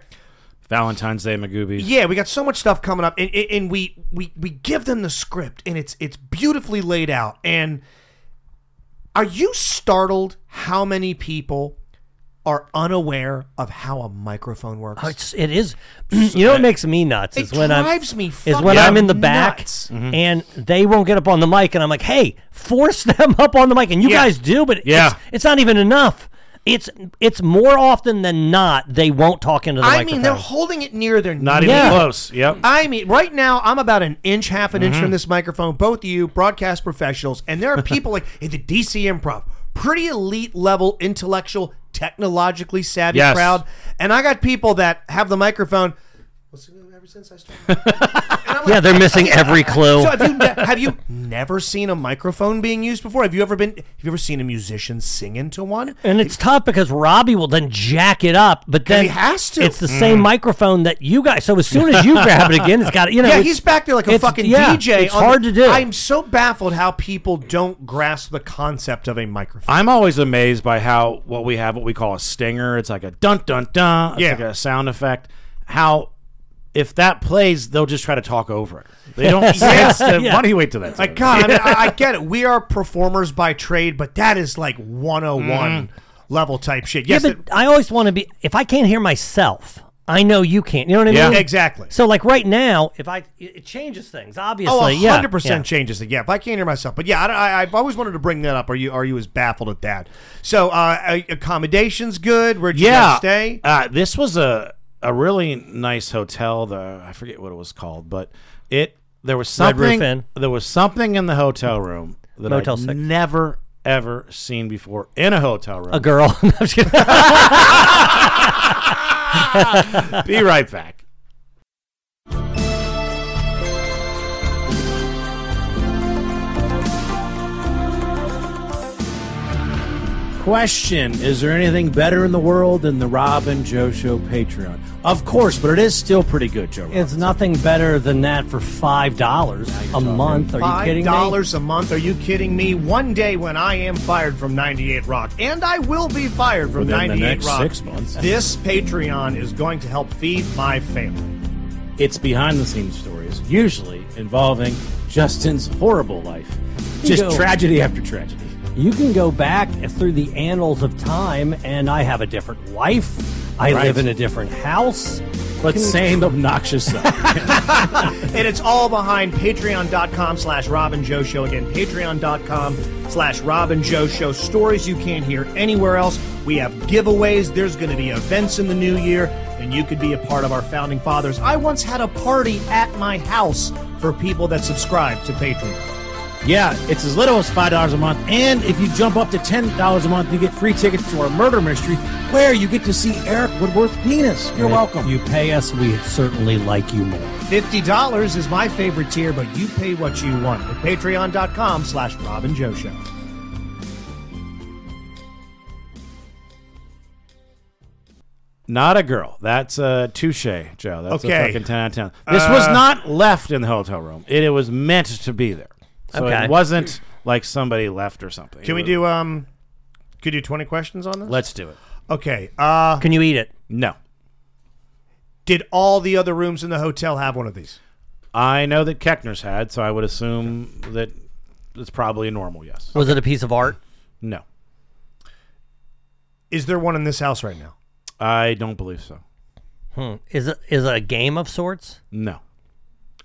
Valentine's Day, Magoobies.
Yeah, we got so much stuff coming up, and, and- and we, we we give them the script, and it's it's beautifully laid out. And are you startled how many people are unaware of how a microphone works?
Oh, It's, it is. you know what makes me nuts
It
is when I'm
drives me
is when
fucking
I'm in the back
nuts. Mm-hmm.
and they won't get up on the mic, and I'm like, hey, force them up on the mic, and you
Yeah.
guys do, but
Yeah.
it's, it's not even enough. It's it's more often than not they won't talk into the
I
microphone.
mean, they're holding it near their neck.
Not even
Yeah.
close. Yep.
I mean, right now I'm about an inch, half an inch
Mm-hmm.
from this microphone. Both of you, broadcast professionals, and there are people like in the DC Improv, pretty elite level, intellectual, technologically savvy
Yes.
crowd, and I got people that have the microphone. What's the name ever since I started?
yeah, they're missing every clue.
So have you ne- have you never seen a microphone being used before? Have you ever been? Have you ever seen a musician sing into one?
And it's tough because Robbie will then jack it up, but then
he has to.
It's the
Mm.
same microphone that you guys. So as soon as you grab it again, it's got you know.
yeah,
it's-
he's back there like a
it's-
fucking
yeah,
DJ.
It's
on the-
hard to do.
I'm so baffled how people don't grasp the concept of a microphone.
I'm always amazed by how what we have, what we call a stinger. It's like a dun dun dun. It's
Yeah.
like a sound effect. How if that plays, they'll just try to talk over it. They don't. yes. Why do you wait till that?
Like, God, I, mean, I, I get it. We are performers by trade, but that is like 101
level type shit. Yes,
yeah, but I always want to be. If I can't hear myself, I know you can't. You know what I
Yeah.
mean?
Exactly.
So like right now, if I it changes things obviously.
Oh,
yeah,
100%
yeah.
changes it. Yeah, if I can't hear myself. But yeah, I, I, I've always wanted to bring that up. Are you are you as baffled at that? So uh, accommodations good? Where'd you
yeah.
guys stay?
Uh, this was a a really nice hotel. The I forget what it was called, but it there was
Red Roof
something
Inn.
there was something in the hotel room that
Motel
I'd
six.
never ever seen before in a hotel room.
A girl. No, I'm just kidding.
Be right back. Question Is there anything better in the world than the Rob and Joe Show Patreon? Of course, but it is still pretty good, Joe.
it's nothing better than that for five dollars a month. Are you
Five
kidding me?
dollars a month? Are you kidding me? One day when I am fired from 98 Rock, and I will be fired from
Within the
98
next
Rock.
six months.
This Patreon is going to help feed my family.
It's behind the scenes stories, usually involving Justin's horrible life. Just
Go.
tragedy after tragedy.
You can go back through the annals of time, and I have a different life. I
Right.
live in a different house,
But same obnoxious stuff.
And it's all behind patreon.com slash Robin Joe Show. Again, patreon.com slash Robin Joe Show. Stories you can't hear anywhere else. We have giveaways. There's going to be events in the new year, and you could be a part of our founding fathers. I once had a party at my house for people that subscribe to Patreon.
yeah, it's as little as $5 a month. And if you jump up to $10 a month, you get free tickets to our murder mystery where you get to see Eric Woodworth's penis. You're
And if
welcome.
You pay us, we certainly like you more.
$50 is my favorite tier, but you pay what you want at patreon.com slash Robin Joe Show.
Not a girl. That's uh, touche, Joe. That's
Okay.
a fucking 10 out of 10. This was
Uh,
not left in the hotel room. It, it was meant to be there. So
Okay.
it wasn't like somebody left or something.
Can
It
we
was-
do, um, could you do 20 questions on this?
Let's do it.
Okay. Uh,
Can you eat it?
No.
Did all the other rooms in the hotel have one of these?
I know that Keckner's had, so I would assume that it's probably a normal yes.
Was it a piece of art?
No.
Is there one in this house right now?
I don't believe so.
Hmm. Is it is it a game of sorts?
No.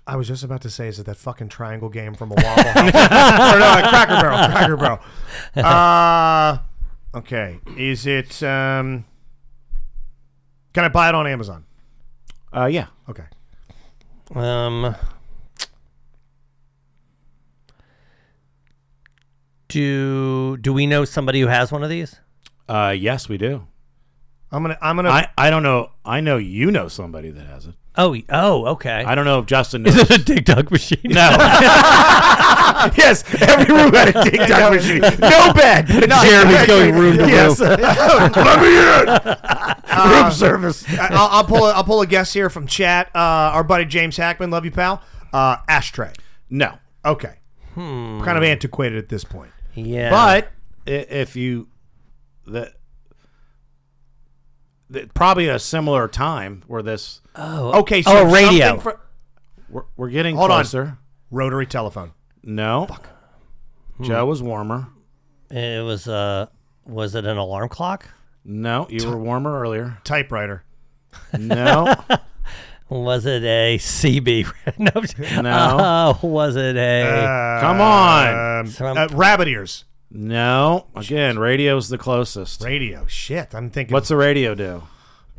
I was just about to say, is it that fucking triangle game from a Waffle House? or no, a Cracker Barrel, Cracker Barrel. Uh, okay. Is it, um, can I buy it on Amazon?
Uh, yeah.
Okay.
Um, do do we know somebody who has one of these?
Uh, yes, we do.
I'm gonna. I'm gonna.
I, I don't know. I know you know somebody that has it.
Oh, y- oh, okay.
I don't know if Justin knows. Is
it a Dig Dug machine?
No. yes, every room had a Dig Dug machine. No bed.
No,
Jeremy's going room to
yes.
room.
Let
me in.
Uh,
room service.
I- I'll, I'll pull. A, I'll pull a guess here from chat. Uh, our buddy James Hackman, love you, pal. Uh, ashtray.
No.
Okay.
Hmm.
Kind of antiquated at this point.
Yeah.
But i- if you the, the- probably a similar time where this
Oh,
Okay. So
oh,
something
radio.
fro-
we're, we're getting
hold
closer.
on. Rotary telephone.
No. Joe was warmer.
it was uh was it an alarm clock?
No, you were warmer earlier.
Typewriter.
No.
Was it a CB? no.
No.
Oh, was it a?
Come on.
Um, uh, rabbit ears.
No. Again, radio's the closest.
Radio. Shit. I'm thinking.
What's a radio do?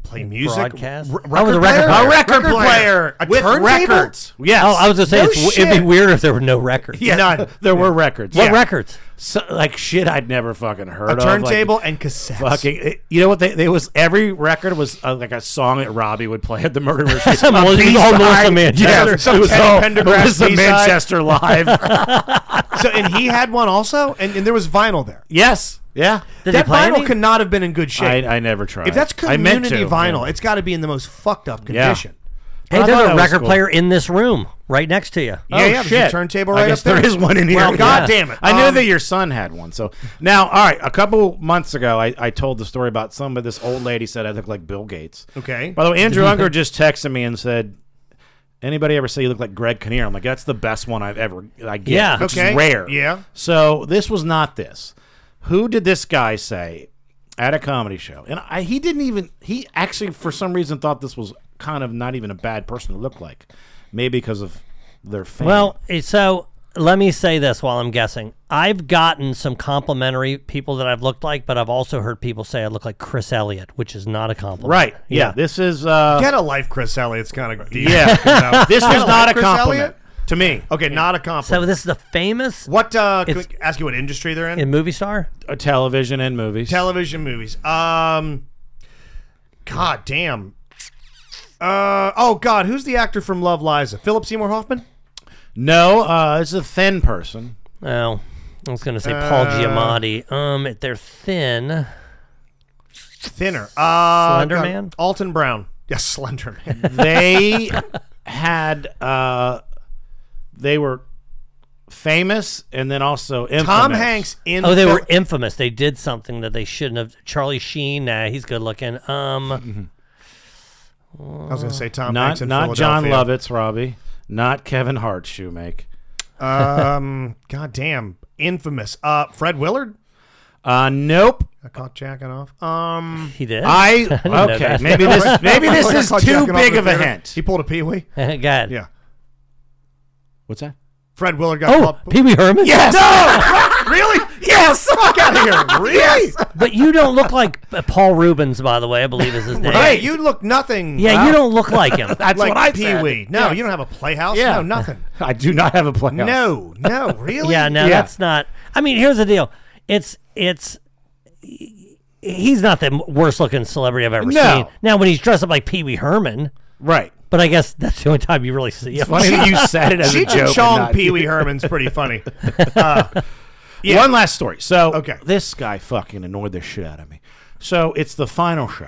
play music?
Broadcast?
R-
Oh, the
record
record
player.
player.
Record
A record player. A
With
turntable?
records. Yes.
Oh, I was gonna say
No
it's, it'd
shit.
be weird if there were no records.
Yeah. None.
There were records.
What
Yeah.
records?
So, like shit I'd never fucking heard
A
of.
turntable
like,
and cassettes.
Fucking, it- you know what? They, they was every record was uh, like a song that Robbie would play at the murder mystery.
Some
A
old-
B-side.
old Melissa Man-
Yeah,
Some
it was
Teddy
all-
Pendergrass
it was the
B-side.
Manchester Live.
so and he had one also, and, and there was vinyl there.
yes, yeah.
Did
that
he play
vinyl
any?
could not have been in good shape.
I, I never tried.
if that's
I meant
community
to,
vinyl,
yeah.
it's got to be in the most fucked up
Yeah.
condition.
Hey,
I thought
there's
that
a
was
record
cool.
player in this room, right next to you.
oh,
yeah, there's a
shit.
turntable
I
right
guess
up there.
There is one in here.
Well,
Yeah.
God damn it.
I knew
Um,
that your son had one. So now, all right, a couple months ago, I, I told the story about somebody. This old lady said I look like Bill Gates.
Okay.
By the way, Andrew Unger just texted me and said, "Anybody ever say you look like Greg Kinnear?" I'm like, "That's the best one I've ever I get,
Yeah.
which
Okay.
is rare."
Yeah.
So this was not this. Who did this guy say? at a comedy show, and I, he didn't even. He actually, for some reason, thought this was kind of not even a bad person to look like, maybe because of their fame.
Well, eh, so let me say this while I'm guessing. I've gotten some complimentary people that I've looked like, but I've also heard people say I look like Chris Elliott, which is not a compliment.
right? Yeah, this is uh,
Get a life, Chris Elliott's kind of
Yeah. This was not a compliment to me.
Okay, not a compliment.
So this is the famous.
What? Uh, can
It's-
we ask you what industry they're in?
in movie star.
a television and movies.
Television, movies. Um, God damn. Uh, oh God, who's the actor from Love Liza? Philip Seymour Hoffman.
no, uh, it's a thin person.
Oh, I was gonna say Paul
Uh,
Giamatti. Um, if they're thin.
Thinner. Uh,
Slender
God,
Man?
Alton Brown. Yes, Slender Man.
they had uh they were famous and then also infamous.
Oh, they were infamous. They did something that they shouldn't have. Charlie Sheen. Nah, he's good looking. Um.
I was gonna say Tom
not
Hanks in
not John
Philadelphia.
Lovitz, Robbie, not Kevin Hart Shoemake.
um, God damn, infamous. Uh, Fred Willard.
Uh nope.
I caught jacking off. Um,
He did.
I okay, maybe this maybe this
I
is
caught
too
jacking off
big
in
of a
theater.
hint.
He pulled a Pee Wee.
God. Yeah.
What's that?
Fred Willard got
Oh,
caught.
Pee Wee Herman.
Yes.
No! really?
Yes.
Fuck out of here. Really?
But you don't look like uh, Paul Rubens, by the way. I believe is his name.
Right. You look nothing.
Yeah, you don't look like him.
That's
like
what I
Pee
said.
Wee. No,
Yeah.
you don't have a playhouse.
Yeah.
No, nothing.
I do not have a plan.
No, no, really?
Yeah, no, that's not. I mean, here's the deal. It's it's. He's not the worst looking celebrity I've ever
No.
seen. Now, when he's dressed up like Pee Wee Herman,
Right.
but I guess that's the only time you really see him.
It's funny that you said it as a
Cheech
joke.
and
and
Chong
not-
Pee Wee Herman's pretty funny. Uh, Yeah.
One last story. So
Okay.
this guy fucking annoyed the shit out of me. So it's the final show.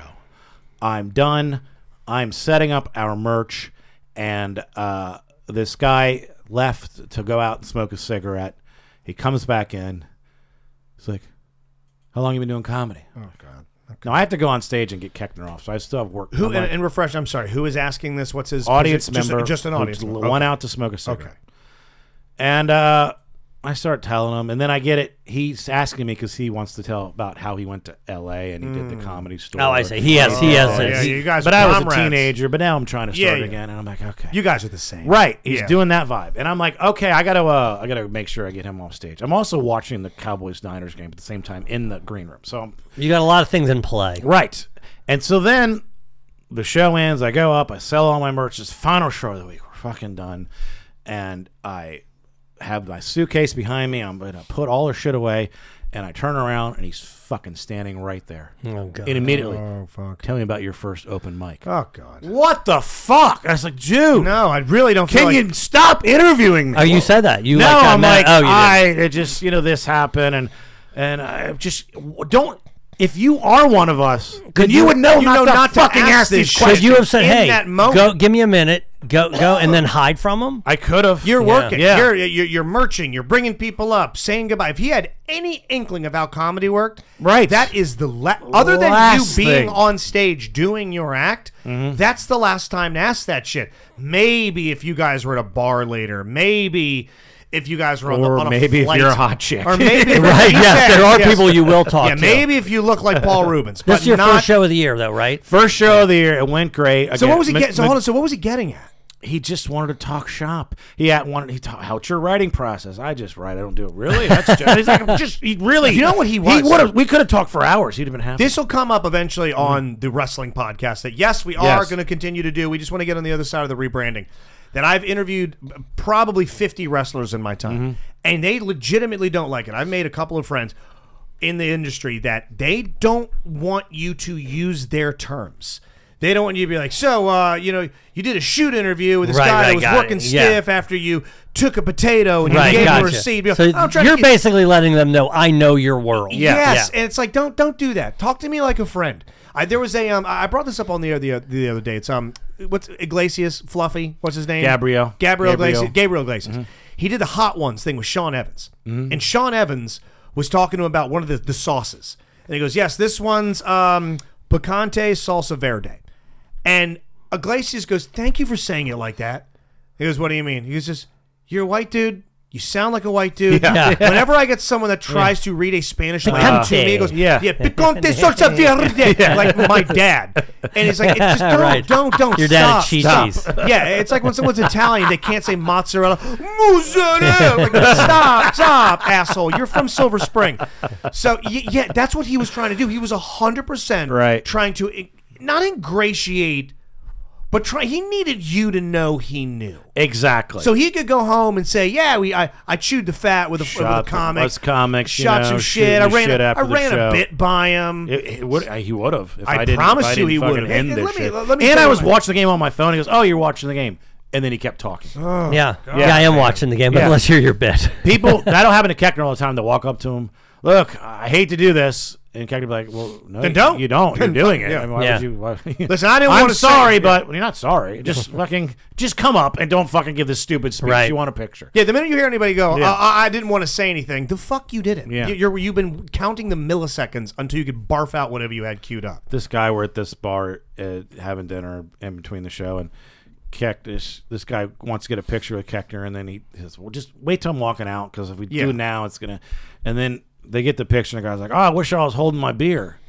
I'm done. I'm setting up our merch, and uh, this guy left to go out and smoke a cigarette. He comes back in. He's like, "How long you been doing comedy?" Oh God. No, I have to go on stage and get Keckner off, so I still have work.
Who
I'm
and,
like,
and refresh? I'm sorry. Who is asking this? What's his
audience
posi- just-
member,
Just, an
who
audience.
l-
member.
went
Okay.
out to smoke a cigarette.
Okay.
And uh, I start telling him, and then I get it. He's asking me because he wants to tell about how he went to L.A. and he did the comedy store.
Oh, I see. He has- he has a-
Hmm. Yeah, you guys
But
are
I was a
comrades.
teenager. But now I'm trying to
Yeah,
start
yeah.
again, and I'm like, okay,
You guys are the same.
right. He's
Yeah.
doing that vibe, and I'm like, okay, I gotta, uh, I gotta make sure I get him off stage. I'm also watching the Cowboys Niners game at the same time in the green room, so I'm
You got a lot of things in play.
Right. And so then the show ends. I go up. I sell all my merch. It's final show of the week. We're fucking done. And I have my suitcase behind me. I'm going to put all her shit away. And I turn around and he's fucking standing right there.
Oh, God.
And immediately,
Oh fuck.
tell me about your first open mic.
Oh god.
What the fuck? I was like, dude,
No, I really don't.
can
feel
you stop interviewing me?
Oh, you said that. You
no,
like that
I'm
man-
like,
oh, you
I it just you know this happened and and I just w- don't. If you are one of us, then you,
you-
would know
you
not
know
to
not to
fucking
ask
ask
this
these
shit.
Should
questions.
you have said,
in
"Hey,
that moment-
go, give me a minute, go, go," and then hide from him?
I could have.
You're working.
Yeah.
You're, you're you're merching. You're bringing people up, saying goodbye. If he had any inkling of how comedy worked,
Right.
That is the la- other than
Last
you being
thing. Mm-hmm.
on stage doing your act. That's the last time to ask that shit. Maybe if you guys were at a bar later. Maybe if you guys were on,
Or
the, on a
maybe if
flight.
you're a hot chick.
Or maybe
Right, yes, there are people you will talk
Yeah,
to.
maybe if you look like Paul Rubens.
This
but
is your
not,
first show of the year, though, right?
First show of the year, it went great.
So
Again,
what was he
Ma-
getting? So
Ma-
hold on. So what was he getting at?
He just wanted to talk shop. He had wanted. He talked, "How's your writing process?" I just write. I don't do it. Really? That's just, he's like, "I'm just he really.
You know what he was?
would have. We could have talked for hours. He'd have been happy.
This will come up eventually
Mm-hmm.
on the wrestling podcast that, yes, we are
Yes.
going to continue to do. We just want to get on the other side of the rebranding. That I've interviewed probably 50 wrestlers in my time,
Mm-hmm.
and they legitimately don't like it. I've made a couple of friends in the industry that they don't want you to use their terms. They don't want you to be like, so, uh, you know, you did a shoot interview with this
Right,
guy
right,
that was
got
working
it. Yeah.
stiff after you took a potato and
Right,
you gave
gotcha.
him a receipt. Be like,
So
"I'm trying to
you're
get-
basically letting them know I know your world.
Yes, and it's like don't don't do that. Talk to me like a friend. I, there was a um, I I brought this up on the air the, oth- the other day. It's um, what's Iglesias Fluffy? What's his name?
Gabriel.
Gabriel
Gabriel. Mm-hmm.
Iglesias. Gabriel Iglesias. He did the hot ones thing with Sean Evans, and Sean Evans was talking to him about one of the, the sauces, and he goes, "Yes, this one's um, picante salsa verde," and Iglesias goes, "Thank you for saying it like that." He goes, "What do you mean?" He goes, "Just you're a white dude. You sound like a white dude.
Yeah. Yeah.
Whenever I get someone that tries to read a Spanish
Picante.
language to me, he goes,
Yeah.
yeah, picante salsa verde,
Yeah.
like my dad. And it's like, it's just don't,
Right.
don't, don't,
Your dad at
stop, stop.
Chi-Chi's.
Yeah, it's like when someone's Italian, they can't say mozzarella, mozzarella. Like, stop, stop, asshole. You're from Silver Spring. So y- yeah, that's what he was trying to do. He was hundred percent
Right.
trying to in- not ingratiate, but try. He needed you to know he knew.
Exactly.
So he could go home and say, "Yeah, we I, I chewed the fat with a,
Shot
with a
the-
comic,
us comics, you
shot
know,
some
shooting
shit. I
the
ran
shit
a,
after
I
the
ran
show."
a bit by him.
It, it would, uh, he would have. If
I
I, didn't,
promise
if I
you
didn't
he
fucking
would've.
End
Hey,
this
let me-
shit.
let me
and
tell
I
you
was
my-
watching the game on my phone. He goes, "Oh, you're watching the game," and then he kept talking.
Uh.
yeah, yeah, I am watching the game, but let's hear your bit.
People that'll happen to Keckner all the time. They'll walk up to him. Look, I hate to do this, and Keckner be like, "Well, no,
Then
you-
don't.
You don't. You're
Then
doing
don't.
it.
Yeah.
I mean, why
Yeah.
would you, why-
Listen, I didn't
I'm
wanna say-
sorry,
Yeah.
but well, you're not sorry. Just fucking, just come up and don't fucking give this stupid speech.
Right.
You want a picture?
Yeah, the minute you hear anybody go,
Yeah.
"Uh, I, I didn't want to say anything, the fuck you didn't.
Yeah.
You, you're, you've been counting the milliseconds until you could barf out whatever you had queued up.
this guy we're at this bar uh, having dinner in between the show and Keck this this guy wants to get a picture with Keckner and then he says well just wait till I'm walking out because if we
Yeah.
do now it's gonna and then they get the picture and the guy's like oh I wish I was holding my beer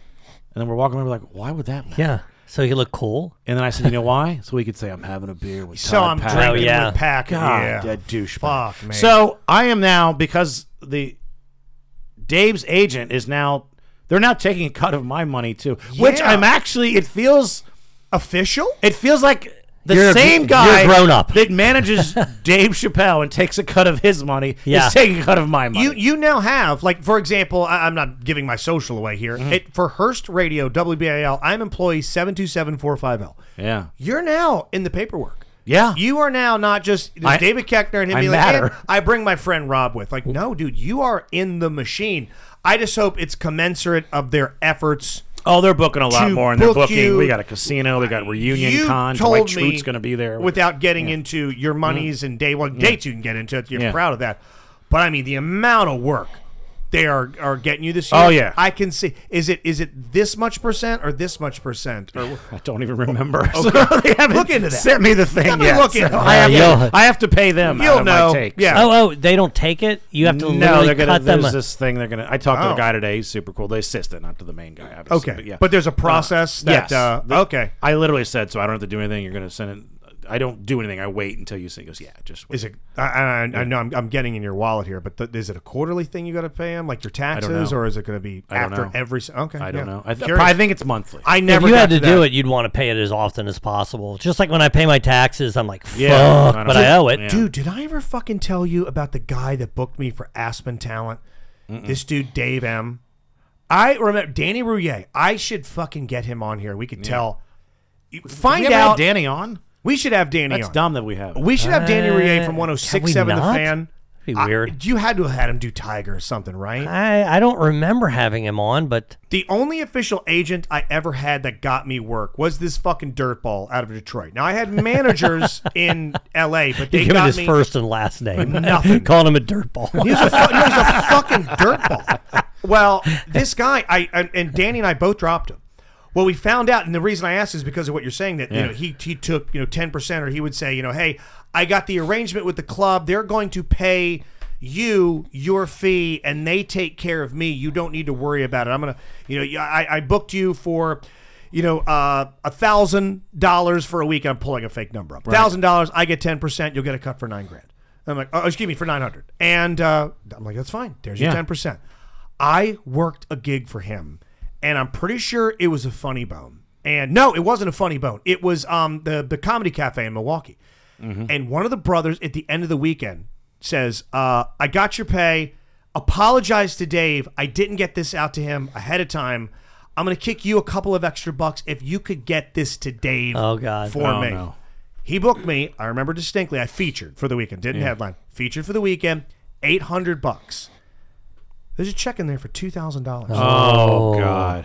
and then we're walking over like why would that matter
yeah so he look cool
and then I said you know why so we could say I'm having a beer with
So
Todd
I'm
Packer."
drinking with Pack.
God,
yeah.
that douchebag.
Fuck, man.
So I am now because the Dave's agent is now they're now taking a cut of my money too, which
Yeah.
I'm actually it feels
official.
It feels like the
You're a gr-
same
you're
guy
a grown-up.
that manages Dave Chappelle and takes a cut of his money
Yeah.
is taking a cut of my money.
You you now have like for example, I, I'm not giving my social away here.
Mm-hmm.
It, for Hearst Radio WBAL, I'm employee seven two seven four five L.
yeah.
You're now in the paperwork.
Yeah.
You are now not just
Ah. I-
David Keckner and him
I
being
matter.
like, "Hey, I bring my friend Rob with. Like, no, dude, you are in the machine. I just hope it's commensurate of their efforts.
Oh, they're booking a lot
to
more and they're
book
booking.
you.
we got a casino, we got reunion
you
con. Dwight
told
Schrute's
me
going to be there.
without getting into your monies and day one dates you can get into it. You're
Yeah.
proud of that, but I mean the amount of work they are are getting you this year.
Oh, yeah.
I can see. Is it is it this much percent or this much percent? Or
I don't even remember.
Okay.
they haven't
Look into that.
Sent me the thing.
Let me
yet,
look
so
Uh,
into
I,
that.
have
You'll-
to, I have to pay them. out
You'll
of my
know.
takes.
Oh, oh, they don't take it. You have to
no,
literally
they're gonna,
cut them.
There's this thing they're gonna. I talked to
Oh.
the guy today. He's super cool. The assistant, not to the main guy. Obviously,
Okay. But
Uh,
there's a process that, uh, okay.
I literally said so. I don't have to do anything. You're gonna send it. I don't do anything. I wait until you say. He goes, yeah, just wait.
Is it? I, I, I know I'm, I'm getting in your wallet here, but th- is it a quarterly thing you got to pay them, like your
I don't
taxes,
know.
or is it going to be
I don't
after
know.
every? s- Okay,
I don't
yeah.
know. I, th-
Curious.
I think it's monthly.
I never.
if you
got
had to,
to
do
that.
it, you'd want to pay it as often as possible. Just like when I pay my taxes, I'm like, fuck,
Yeah, I don't
but
know.
I owe it.
Dude, did I ever fucking tell you about the guy that booked me for Aspen Talent? This dude, Dave M. I remember Danny Rouillet. I should fucking get him on here. We could tell. You- Find
ever had
out.
Danny on?
We should have Danny
That's
on.
dumb Uh, that we have.
We should have Danny Rouillet from 1067 The
not?
Fan.
Be
I-
weird.
you had to have had him do Tiger or something, right?
I, I don't remember having him on, but
The only official agent I ever had that got me work was this fucking dirtball out of Detroit. Now I had managers in L.A., but they
you give him
got
his
me
first and last name.
Nothing.
Calling him a dirtball.
He was a, fu- he was a fucking dirtball. Well, this guy, I and- and Danny and I both dropped him. Well, we found out, and the reason I asked is because of what you're saying that you
Yeah.
know he he took you know ten percent, or he would say you know hey I got the arrangement with the club, they're going to pay you your fee, and they take care of me. You don't need to worry about it. I'm gonna you know yeah, I, I booked you for. You know, uh, a thousand dollars for a week. I'm pulling a fake number up.
Right.
Thousand dollars, I get ten percent. You'll get a cut for nine grand. I'm like, oh, excuse me, for nine hundred. And uh, I'm like, that's fine. There's your
Yeah.
ten percent. I worked a gig for him, and I'm pretty sure it was a funny bone. And no, it wasn't a funny bone. It was um the the comedy cafe in Milwaukee.
Mm-hmm.
And one of the brothers at the end of the weekend says, uh, I got your pay. Apologize to Dave. I didn't get this out to him ahead of time. I'm gonna kick you a couple of extra bucks if you could get this to Dave
Oh, God.
for
Oh,
me.
no.
He booked me. I remember distinctly. I featured for the weekend. Didn't
Yeah.
headline. Featured for the weekend. Eight hundred bucks. There's a check in there for two thousand dollars.
Oh, God.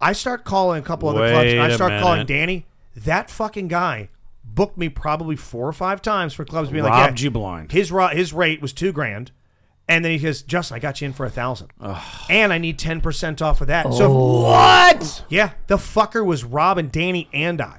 I start calling a couple other clubs.
Wait
And I
a
start calling
minute.
Danny. That fucking guy booked me probably four or five times for clubs being like,
Robbed
yeah,
you blind.
His ra- his rate was two grand, and then he goes, Justin, I got you in for a thousand, and I need ten percent off of that. So
Oh.
what? Yeah, the fucker was robbing Danny and I.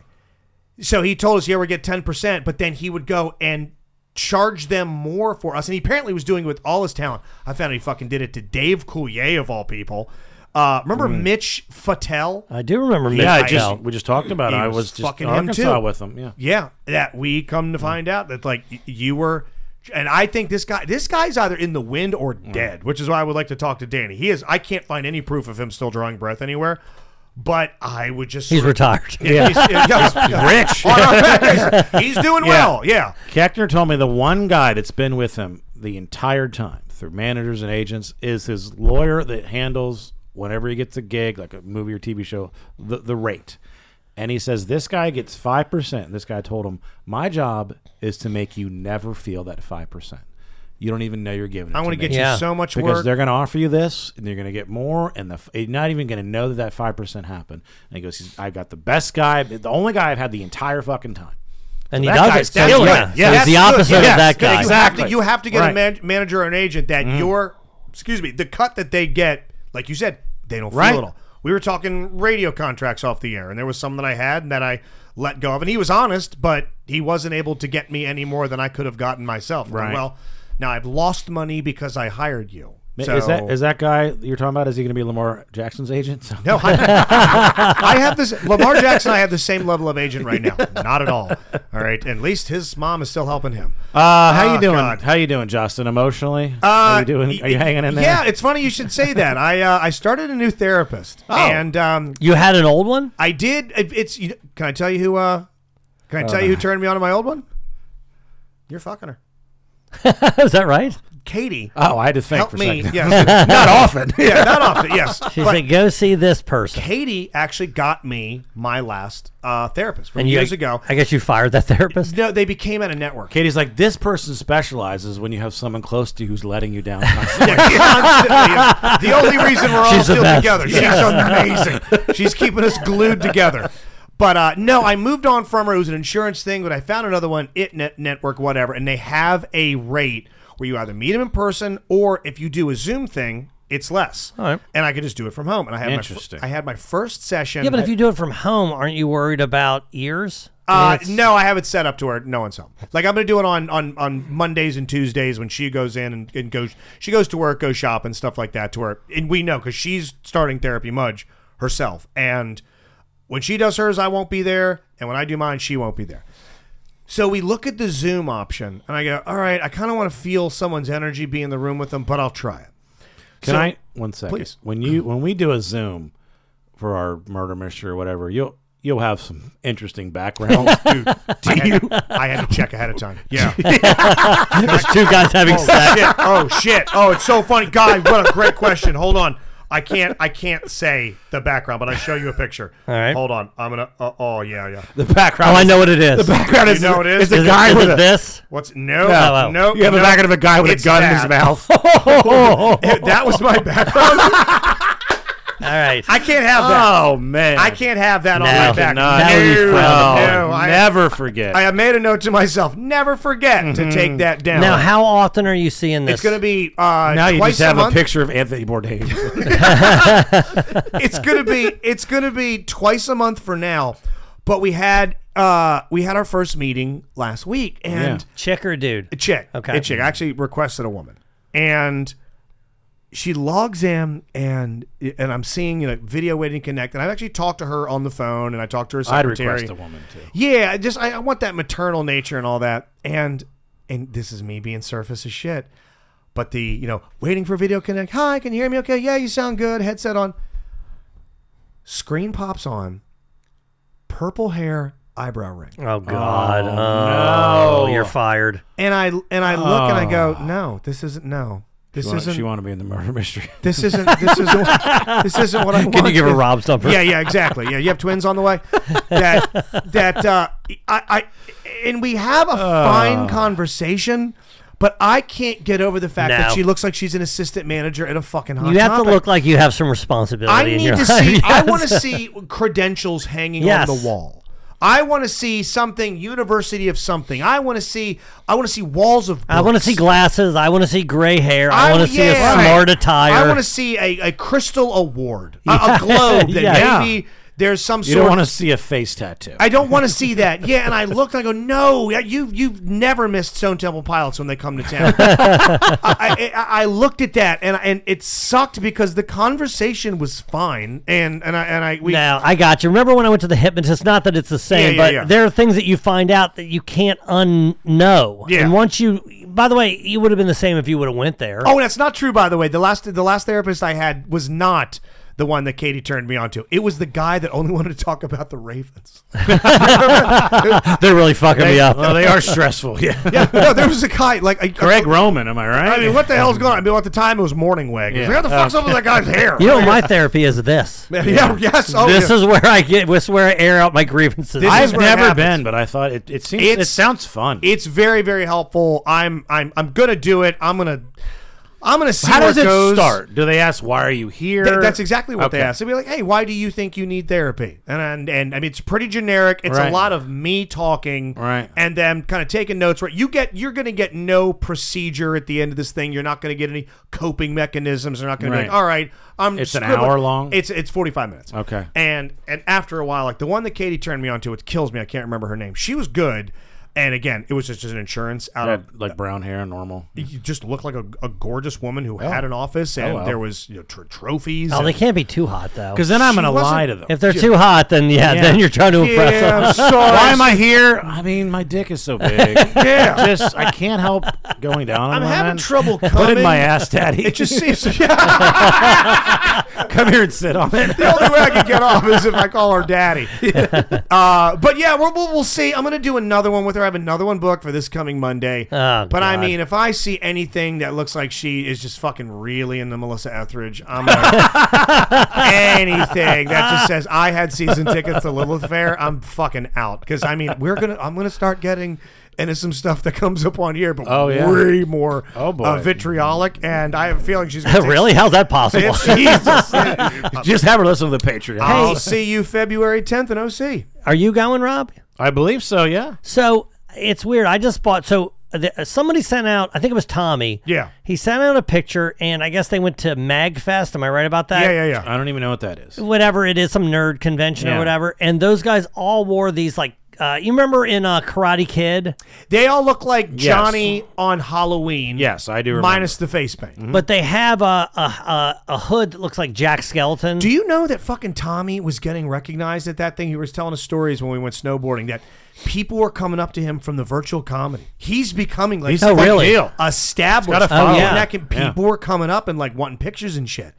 So he told us, yeah, we get ten percent, but then he would go and charge them more for us. And he apparently was doing it with all his talent. I found out he fucking did it to Dave Coulier, of all people. Uh, remember
Mm.
Mitch Fattel?
I do remember Mitch
Yeah, I
Fattel.
just, we just talked about it.
He
I was just
fucking
in
him
Arkansas
too.
with them. Yeah.
Yeah, that we come to
Mm.
find out that like y- you were, and I think this guy, this guy's either in the wind or
Mm.
dead, which is why I would like to talk to Danny. He is. I can't find any proof of him still drawing breath anywhere. But I would just.
He's retired.
Yeah, he's, yeah, yeah.
Rich.
On our records, he's doing well. Yeah.
Keckner told me the one guy that's been with him the entire time through managers and agents is his lawyer that handles whenever he gets a gig, like a movie or TV show, the, the rate. And he says, This guy gets 5%. This guy told him, My job is to make you never feel that 5%. You don't even know you're giving it.
I
want
wanna
to
get
me."
you Yeah. so much
because
work.
they're going to offer you this, and you're going to get more, and the f- you're not even going to know that that five percent happened. And he goes, he's- "I've got the best guy, the only guy I've had the entire fucking time."
And
So
he
that
does
guy's
it still,
still
yeah.
good.
So he's the
that's
opposite
good.
of
Yes,
that guy.
You have to, you have to get a
Right.
man, manager or an agent that
Mm.
your, excuse me, the cut that they get, like you said, they don't feel
Right.
it all. We were talking radio contracts off the air, and there was some that I had and that I let go of, and he was honest, but he wasn't able to get me any more than I could have gotten myself. Like,
Right.
Well, now I've lost money because I hired you. So,
Is that is that guy you're talking about? Is he going to be Lamar Jackson's agent? Uh,
No, I, I have this. Lamar Jackson, and I have the same level of agent right now. Not at all. All right. At least his mom is still helping him.
Uh, how you
Oh,
doing?
God.
How you doing, Justin? Emotionally?
Uh,
are you doing? Are you hanging in there?
Yeah, it's funny you should say that. I uh, I started a new therapist,
Oh.
and um,
You had an old one.
I did. It, it's you, can I tell you who? Uh, can I tell you who
Uh.
turned me on to my old one? You're fucking her,
Is that right?
Katie.
Oh, I had to think
Help
for a
me.
second.
Yes.
Not often.
yeah, not often. Yes.
She
But
said, "Go see this person."
Katie actually got me my last uh, therapist from
And you-
years ago.
I guess you fired that therapist.
No, they became at a network.
Katie's like, this person specializes when you have someone close to you who's letting you down. constantly."
Constantly. the only reason we're all
She's the
still
best.
together. She's amazing. She's keeping us glued together. But uh, no, I moved on from her. It was an insurance thing, but I found another one, it net network, whatever, and they have a rate where you either meet them in person or if you do a Zoom thing, it's less. All right. And I could just do it from home. And I had
Interesting.
My, fir- I had my first session.
Yeah, but if you do it from home, aren't you worried about ears?
Uh,
Yes.
no, I have it set up to where no one's home. Like I'm gonna do it on on on Mondays and Tuesdays when she goes in and, and goes she goes to work, goes shop and stuff like that to her. And we know because she's starting therapy Mudge herself, and when she does hers, I won't be there, and when I do mine, she won't be there. So we look at the Zoom option, and I go, all right, I kind of want to feel someone's energy, be in the room with them, but I'll try it.
Can
So-
I one second?
Please.
When you when we do a Zoom for our murder mystery or whatever, you'll you'll have some interesting background.
Dude, I had,
you?
I had to check ahead of time. Yeah.
There's two guys having
oh,
sex.
Shit. Oh shit. Oh, it's so funny. God, what a great question. Hold on. I can't I can't say the background, but I'll show you a picture.
All right.
Hold on. I'm gonna oh, oh yeah, yeah.
The background.
Oh, I
is-
know what it is.
The background
You
is
know what it is?
It's a
Is it-
guy
is
with
it
a, this.
What's no
No.
no, no
You have a
no.
background of a guy with a
It's
gun in his
that.
mouth.
Oh,
Oh.
that was my background.
All right.
I can't have that.
Oh man,
I can't have that
no,
on my back.
No,
no,
no,
no, I,
never forget.
I have made a note to myself. Never forget
Mm-hmm.
to take that down.
Now, how often are you seeing this?
it's gonna be uh,
now you
twice
just have
a,
a,
month.
picture of Anthony Bourdain.
it's gonna be it's gonna be twice a month for now. But we had uh we had our first meeting last week
Oh,
and
chick or dude?
a chick.
Okay.
A chick. I actually requested a woman. And she logs in and and I'm seeing you know video waiting to connect. And I've actually talked to her on the phone and I talked to her
I'd
secretary.
request a woman too.
Yeah, I just I, I want that maternal nature and all that. And and this is me being surface as shit. But the, you know, waiting for video connect. Hi, can you hear me okay? Yeah, you sound good. Headset on. Screen pops on. Purple hair, eyebrow ring.
Oh God! Oh,
no.
you're fired.
And I and I look and I go,
Oh.
"No, this isn't no. This
she wanted-
isn't
She wanted to be in the murder mystery.
this isn't this isn't this isn't what I want.
Can you give her Rob's number?
Yeah, yeah, exactly. Yeah, you have twins on the way. That that uh, I I and we have a
Oh.
fine conversation, but I can't get over the fact that
No.
she looks like she's an assistant manager at a fucking hot
You have to
Topic.
look like you have some responsibility.
I
in
need
your
to
life.
see. I want to
Yes.
see credentials hanging
Yes.
on the wall. I want to see something university of something. I want to see. I want to see walls of.
I want to
books.
see glasses. I want to see gray hair. I, want to see a
yeah,
smart
right.
attire.
I want to see a, a crystal award, a, a globe that
Yeah.
maybe There's some
You
sort.
don't want to see a face tattoo.
I don't want to see that. Yeah, and I looked and I go, no, you you've never missed Stone Temple Pilots when they come to town. I, I, I looked at that and and it sucked because the conversation was fine and and I and I we
now I got you. Remember when I went to the hypnotist? Not that it's the same,
Yeah, yeah,
but
yeah.
there are things that you find out that you can't unknow.
Yeah.
And once you, by the way, you would have been the same if you would have went there.
Oh, that's not true, by the way. The last the last therapist I had was not the one that Katie turned me on to. It was the guy that only wanted to talk about the Ravens.
They're really fucking
They-
me up.
Well, they are stressful. Yeah.
yeah, no, there was a guy like I,
Greg Roman, am I right?
I mean, what the hell's going on? I mean, at the time it was morning wag. It's
Yeah.
like, Where the fuck's up with that guy's hair?
You know, what my therapy is this.
Yeah, yeah, yes, oh,
this
yeah.
is where I get. This is where I air out my grievances.
I've never been, but I thought it, it seems it sounds fun.
It's very, very helpful. I'm I'm I'm gonna do it. I'm gonna I'm gonna see
How
where
does
it
it
goes.
start? Do they ask why are you here?
Th- that's exactly what they
Okay.
asked. They'd be like, "Hey, why do you think you need therapy?" And and, and I mean, it's pretty generic. It's a
Right.
lot of me talking,
Right.
And them kind of taking notes. Right, you get you're going to get no procedure at the end of this thing. You're not going to get any coping mechanisms. They're not going to be
Right.
like, "All right, I'm."
It's an
screwed with-"
hour long?
It's it's 45 minutes.
Okay.
And and after a while, like the one that Katie turned me on to, it kills me. I can't remember her name. She was good. And again, it was just an insurance out of
Had, like brown hair, normal.
you just looked like a, a gorgeous woman who
Oh.
had an office, and
Oh, well.
there was you know, tr- trophies.
Oh,
and-
they can't be too hot though.
'Cause then I'm gonna
She wasn't-
lie to them.
If they're too hot, then yeah, then you're trying to impress
Yeah,
them.
I'm sorry.
Why am I here? I mean, my dick is so big.
Yeah.
Just I can't help going down. on
I'm
one,
having
man.
trouble coming.
Put in my ass, daddy.
It just seems. Yeah,
Come here and sit on it.
the only way I can get off is if I call her daddy. Uh, but yeah, we'll, we'll, we'll see. I'm going to do another one with her. I have another one booked for this coming Monday.
Oh,
but I
God.
mean, if I see anything that looks like she is just fucking really into Melissa Etheridge, I'm gonna, anything that just says I had season tickets to Lilith Fair, I'm fucking out. Because I mean, we're gonna, I'm gonna start getting. into some stuff that comes up on here, but
Oh, yeah.
way more
Oh, boy.
uh, vitriolic, and I have a feeling she's gonna take-
really? How's that possible?
Jesus.
Just have her listen to the Patreon.
I'll see you February 10th in OC.
Are you going, Rob?
I believe so. Yeah.
So it's weird. I just bought. So the, uh, somebody sent out. I think it was Tommy.
Yeah.
He sent out a picture, and I guess they went to MagFest. Am I right about that?
Yeah, yeah, yeah.
I don't even know what that is.
Whatever it is, some nerd convention
Yeah.
or whatever. And those guys all wore these like. Uh, you remember in uh, Karate Kid,
They all look like
Yes.
Johnny on Halloween.
Yes, I do. Remember. Mm-hmm.
Minus the face paint.
but they have a, a a a hood that looks like Jack Skeleton.
Do you know that fucking Tommy was getting recognized at that thing? He was telling us stories when we went snowboarding that people were coming up to him from the virtual comedy. He's becoming like
He's the fucking
really?
deal.
established.
He's got a following.
And that can-
Yeah.
people were coming up and like wanting pictures and shit.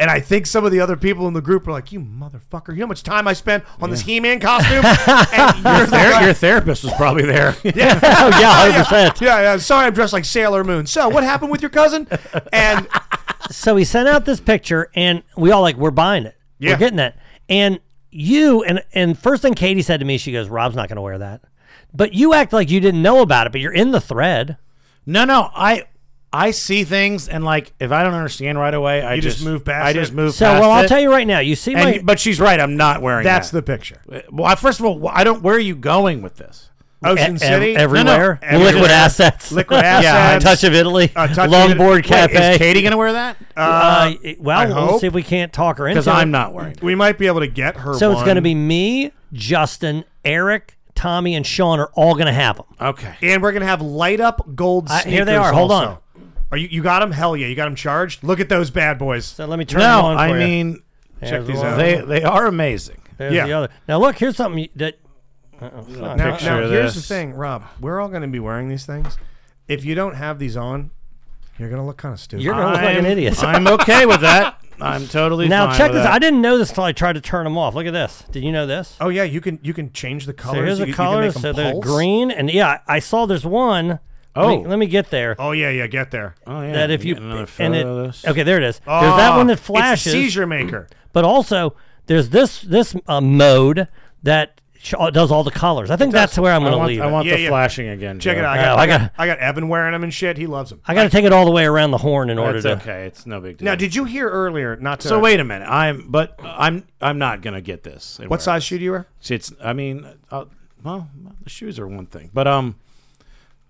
And I think some of the other people in the group were like, "You motherfucker! You know how much time I spent on this He-Man costume?" and you're the
Ther-
guy-
your therapist was probably there.
oh yeah, hundred percent.
Yeah, yeah. Sorry, I'm dressed like Sailor Moon. So, what happened with your cousin? And
so he sent out this picture and we all like we're buying it
Yeah.
we're getting that and you and and first thing katie said to me she goes rob's not going to wear that but you act like you didn't know about it but you're in the thread
No, no, I I see things and like if I don't understand right away, I
You just
just,
move past
I just
it?
move.
so
past
well i'll
it.
tell you right now you see
And,
my
but she's right. I'm not wearing.
that's the
that.
picture.
Well, I, first of all, wh- I don't. Where are you going with this?
Ocean
e-
City,
ev- everywhere
No, no,
liquid
everywhere.
assets
Liquid
yeah
assets.
touch of italy
Uh, Touch of
longboard
Italy. Wait,
Is
cafe
Katie gonna wear that?
uh, well
I
we'll
hope.
see if we can't talk her into
Because I'm not wearing. It.
We might be able to get her.
it. so it's
one.
going to be me justin eric tommy and sean are all going to have them
Okay.
and we're gonna have light up gold.
I-
Sneakers
here they are. Hold
also.
on.
Are you you got them? Hell yeah, you got them charged. Look at those bad boys.
so let me turn them
No,
on
I
for you.
mean
There's
these
one.
out.
they they are amazing.
There's
Yeah.
the other. Now look, here's something you- that.
Now,
picture
now
of
here's
this.
the thing, Rob. We're all gonna be wearing these things. If you don't have these on, you're gonna look kind of stupid.
You're gonna look like an
I'm-
idiot.
I'm okay with that. I'm totally
Now
fine
check
with
this.
That.
I didn't know this till I tried to turn them off. Look at this. Did you know this?
oh yeah, you can you can change the colors.
so here's
you,
the
can- you can make
colors.
them
So they're
pulse.
green, and yeah, I saw there's one.
Oh.
let me, let me get there.
Oh yeah, yeah. Get there.
Oh, yeah,
that if
I'm
you
getting another
and
photo
it,
of this.
okay, there it is. there's that one
Ah,
that
it's the
flashes,
seizure maker.
but also there's this this uh, mode that sh- uh, does all the colors. I think that's where I'm
I
gonna
want,
leave.
I
it.
want
Yeah,
the
yeah.
flashing again.
Check it
Joe.
out. I
Oh,
got,
I
I got,
got-
I got Evan wearing them and shit. He loves them.
I got to take it all the way around the horn in order
That's
to.
okay. It's no big deal.
Now, did you hear earlier? Not to,
So wait a minute. I'm but I'm I'm not gonna get this. and
What
wear
size shoe do you wear?
it. It's I mean, uh, well, the shoes are one thing, but um,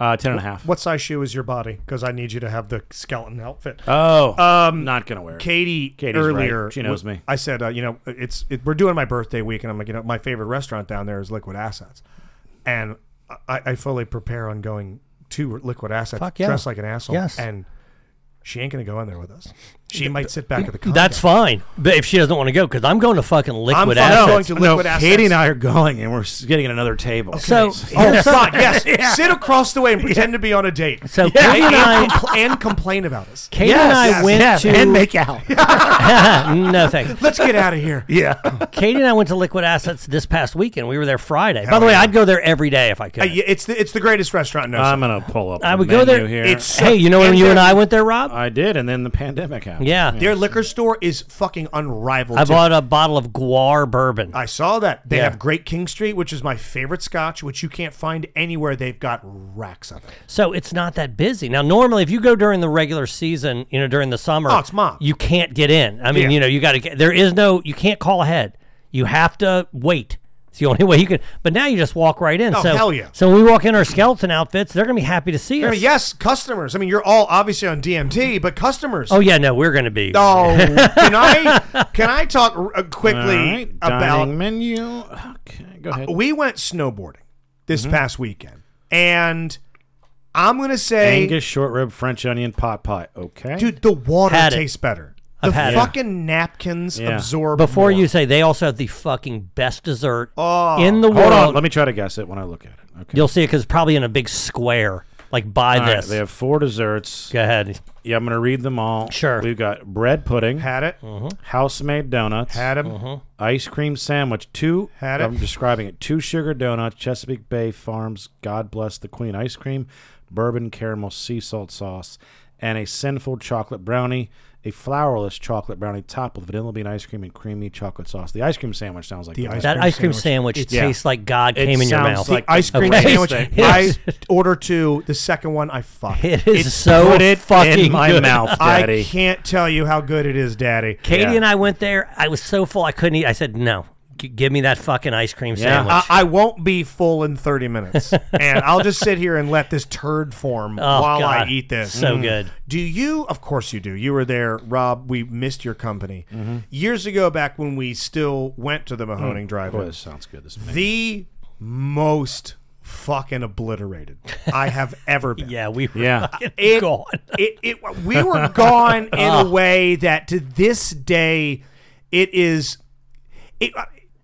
Uh, ten and a half.
What size shoe is your body? Because I need you to have the skeleton outfit.
Oh, um, not gonna wear it.
Katie
Katie's
earlier.
right. She knows
w-
me.
I said, uh, you know, it's it, we're doing my birthday week, and I'm like, you know, my favorite restaurant down there is Liquid Assets, and I, I fully prepare on going to Liquid Assets
Fuck yeah.
dressed like an asshole.
Yes.
and she ain't gonna go in there with us. She might sit back at the.
That's fine. But if she doesn't want to go, because I'm going to fucking liquid
I'm
assets.
Going to liquid no, Katie and I are going, and we're s- getting at another table.
So-
Oh,
Yeah.
fine. Yes.
Yeah.
Sit across the way and pretend to be on a date.
So Katie and I-
compl- and complain about us.
Katie and I went to
out.
no thanks.
Let's get out of here. Uh,
Yeah.
Katie and I went to Liquid Assets this past weekend. We were there Friday. By the way, I'd go there every day if I could.
Uh, yeah, it's the it's the greatest restaurant. in
I'm
Nelson.
gonna pull up.
I
the
would go
menu
there.
Here.
It's so-
hey, you know when
and
you and
they're-
I went there, Rob?
I did, and then the pandemic happened.
Uh, Yeah.
Their liquor store is fucking unrivaled.
I
too.
bought a bottle of Guar bourbon.
I saw that. They
Yeah.
have Great King Street, which is my favorite scotch, which you can't find anywhere. They've got racks of it.
So it's not that busy. Now, normally, if you go during the regular season, you know, during the summer,
Oh, it's mobbed.
you can't get in. I mean,
Yeah.
you know, you got to get, there is no, you can't call ahead. You have to wait. It's the only way you can. But now you just walk right in.
Oh,
so,
hell yeah.
So when we walk in our skeleton outfits, they're going to be happy to see
I
us.
mean, yes, customers. I mean, you're all obviously on DMT, but customers.
Oh, yeah, no, we're going to be.
Oh, can I can I talk r- uh, quickly
All right,
about Uh,
dining menu. Okay, go ahead.
we went snowboarding this past weekend, and I'm gonna say,
Angus short rib French onion pot pie. Okay,
dude, the water
Had it.
tastes better.
I've
the
had it.
fucking napkins
Yeah.
absorb
Before
more.
you say, they also have the fucking best dessert
Oh.
in the
Hold
world.
on, let me try to guess it when I look at it. Okay,
You'll see it because probably in a big square. Like, buy
All right,
this.
they have four desserts.
Go ahead.
Yeah, I'm gonna read them all.
Sure.
We've got bread pudding,
had it,
house made donuts,
had him,
ice cream sandwich, two.
Had it.
I'm describing it. Two sugar donuts, Chesapeake Bay Farms, God bless the Queen ice cream, bourbon caramel sea salt sauce, and a sinful chocolate brownie. A flourless chocolate brownie topped with vanilla bean ice cream and creamy chocolate sauce. The ice cream sandwich sounds like
The
that.
ice
That
cream
ice cream
sandwich.
sandwich,
Yeah.
tastes like God
It
came in your
sounds
mouth.
like
ice cream
Okay.
sandwich. I
Yes.
order two. The second one, I fuck.
It is so
put it
fucking
in my
good.
mouth,
I
Daddy.
can't tell you how good it is, Daddy.
Katie
Yeah.
and I went there. I was so full I couldn't eat. I said, "No, G- give me that fucking ice cream
Yeah. Uh,
sandwich."
I, I won't be full in 30 minutes, and I'll just sit here and let this turd form
Oh,
while
God.
I eat this. Mm.
So good.
Do you? Of course you do. You were there, Rob. We missed your company
Mm-hmm.
years ago, back when we still went to the
Mm,
Mahoning Drive.
Boy, this sounds good. This is amazing.
The most fucking obliterated I have ever been.
yeah, we were
Yeah.
fucking
it,
gone. Oh.
It, it, we were gone in a way that to this day, it is it,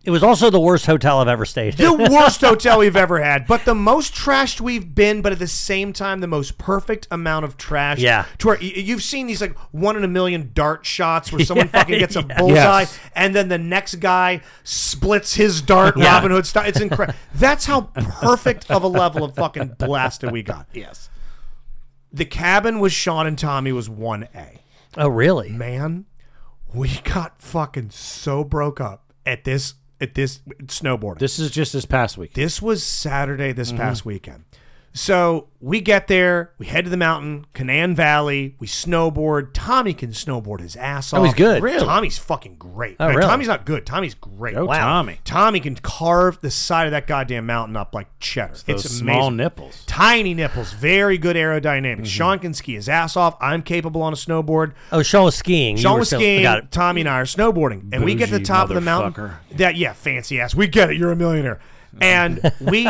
It was also the worst hotel I've ever stayed. in.
the worst hotel we've ever had, but the most trashed we've been, but at the same time, the most perfect amount of trash.
Yeah.
To where y- you've seen these like one in a million dart shots where someone fucking gets a
Yeah.
bullseye
Yes.
and then the next guy splits his dart
Yeah.
Robin Hood style. It's incredible. That's how perfect of a level of fucking blasted we got.
Yes.
The cabin with Sean and Tommy was 1A
oh, really?
man, we got fucking so broke up at this at this snowboarding. This,
This is just this past week.
was Saturday this
Mm-hmm.
past weekend. So we get there, we head to the mountain, Canaan Valley, we snowboard. Tommy can snowboard his ass off.
Oh, he's good. Really?
Tommy's fucking great.
Oh,
No,
really?
Tommy's not good. Tommy's great.
Go Wow. Tommy.
Tommy can carve the side of that goddamn mountain up like cheddar. It's,
Those
amazing
small nipples.
tiny nipples, very good
Mm-hmm.
aerodynamics. Sean can ski his ass off. I'm capable on a snowboard.
Oh, Sean was skiing. You
Sean
were
was
still-
skiing.
Got it.
Tommy and I are snowboarding, and we get to the
Bougie
top of the mountain.
motherfucker.
That yeah, fancy ass. We get it. You're a millionaire. And we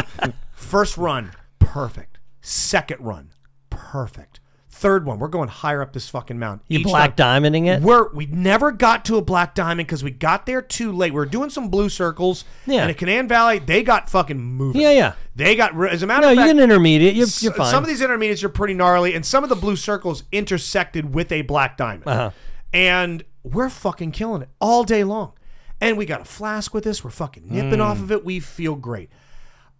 first run perfect. Second run perfect. Third one, we're going higher up this fucking mountain.
You
Each
black
time-
diamonding it?
We're we never got to a black diamond because we got there too late. We were doing some blue circles.
Yeah.
And at Canaan Valley, they got fucking moving.
Yeah, yeah.
They got re- as a matter
No,
of
you
fact,
can intermediate. You're, you're
S-
fine.
Some of these intermediates are pretty gnarly, and some of the blue circles intersected with a black diamond.
Uh-huh.
And we're fucking killing it all day long. And we got a flask with this. We're fucking nipping
Mm.
off of it. We feel great.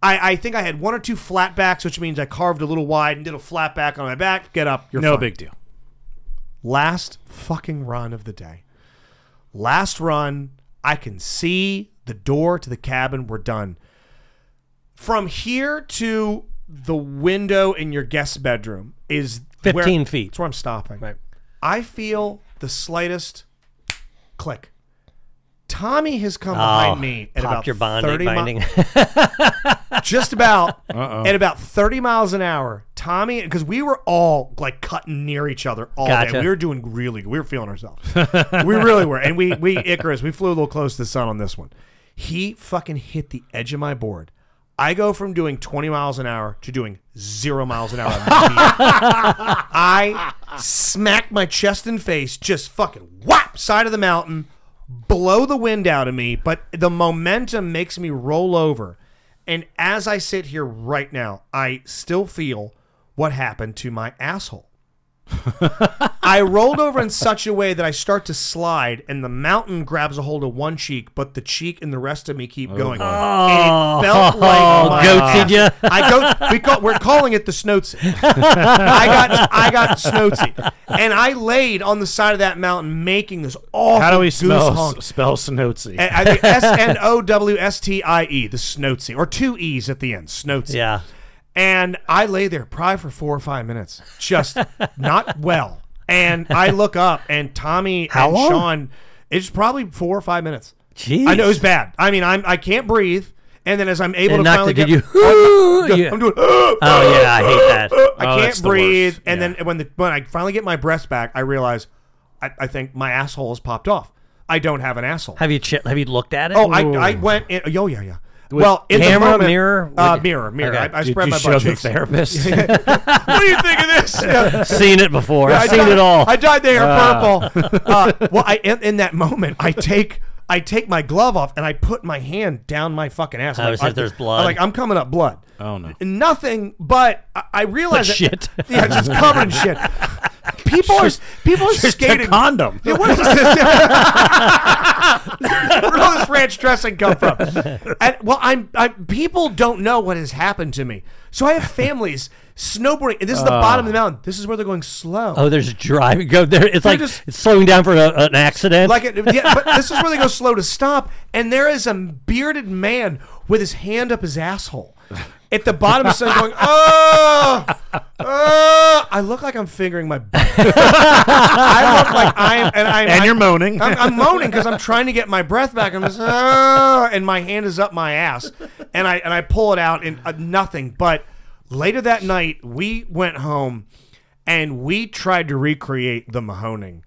I, I think I had one or two flat backs, which means I carved a little wide and did a flat back on my back. Get up. You're
no
fine.
big deal.
Last fucking run of the day. Last run. I can see the door to the cabin. We're done. From here to the window in your guest bedroom is where-
15 feet.
That's where I'm stopping.
Right.
I feel the slightest click. Tommy has come
Oh,
behind me at
popped
about
your bonding,
30 mi-
binding.
just about
Uh-oh.
at about 30 miles an hour. Tommy, because we were all like cutting near each other all day.
Gotcha.
We were doing really, we were feeling ourselves. we really were. And we, we, Icarus, we flew a little close to the sun on this one. He fucking hit the edge of my board. I go from doing 20 miles an hour to doing zero miles an hour. I smack my chest and face, just fucking whap, side of the mountain, blow the wind out of me, but the momentum makes me roll over. And as I sit here right now, I still feel what happened to my asshole. I rolled over in such a way that I start to slide, and the mountain grabs a hold of one cheek, but the cheek and the rest of me keep going.
Oh, boy.
And it felt
Oh,
like my-
goated ya.
I go. We call, we're calling it the snootsy. I got I got snootsy, and I laid on the side of that mountain making this awful
How do we
goose Eh,
spell
honk.
spell snootsy?
And I think S N O W S T I E, the Snootsy, or two E's at the end, Snootsy.
Yeah.
And I lay there probably for four or five minutes, just not well. And I look up, and Tommy
How
and
long?
Sean, it's probably four or five minutes.
Jeez.
I know it's bad. I mean, I'm I can't breathe. And then as I'm able
And
to
not
finally
that-
get, Oh,
did
I'm,
you-
doing.
Oh, yeah, I hate that.
I
Oh, that's
can't
the
breathe.
worst.
And then when the when I finally get my breath back, I realize, I, I think my asshole has popped off. I don't have an asshole.
Have you ch- have you looked at it?
Oh, I, I went in. Oh, yeah, yeah.
With
well, in
camera,
the moment,
mirror?
uh,
What-
mirror, mirror.
Okay.
I, I
Did
spread
you
my
show
butt
the
cheeks.
therapist?
what do you think of this? Yeah.
Seen it before.
Yeah,
I've
I
seen
dyed-
it all.
I dyed they are
Ah.
purple. Uh, well, I in, in that moment, I take I take my glove off and I put my hand down my fucking ass. I'm
I always
like,
said there's
I'm
blood.
like I'm coming up blood.
Oh no.
Nothing, but I, I realize that-
shit.
Yeah, just covered in shit. People are people are skating.
condom.
Yeah, what is this? Where did all this ranch dressing come from? And, well, I'm, I'm people don't know what has happened to me. So I have families snowboarding. And this is the
Oh.
bottom of the mountain. This is where they're going slow.
Oh, there's driving. Go there. It's
They're
like
just-
it's slowing down for a, an accident.
Like it, yeah, but this is where they go slow to stop, and there is a bearded man with his hand up his asshole at the bottom of the sun going, oh, oh. I look like I'm fingering my butt. I look like I am, and, I,
And you're moaning.
I'm, I'm moaning because I'm trying to get my breath back. I'm just, oh, and my hand is up my ass, and I and I pull it out, and uh, nothing. But later that night, we went home, and we tried to recreate the Mahoning.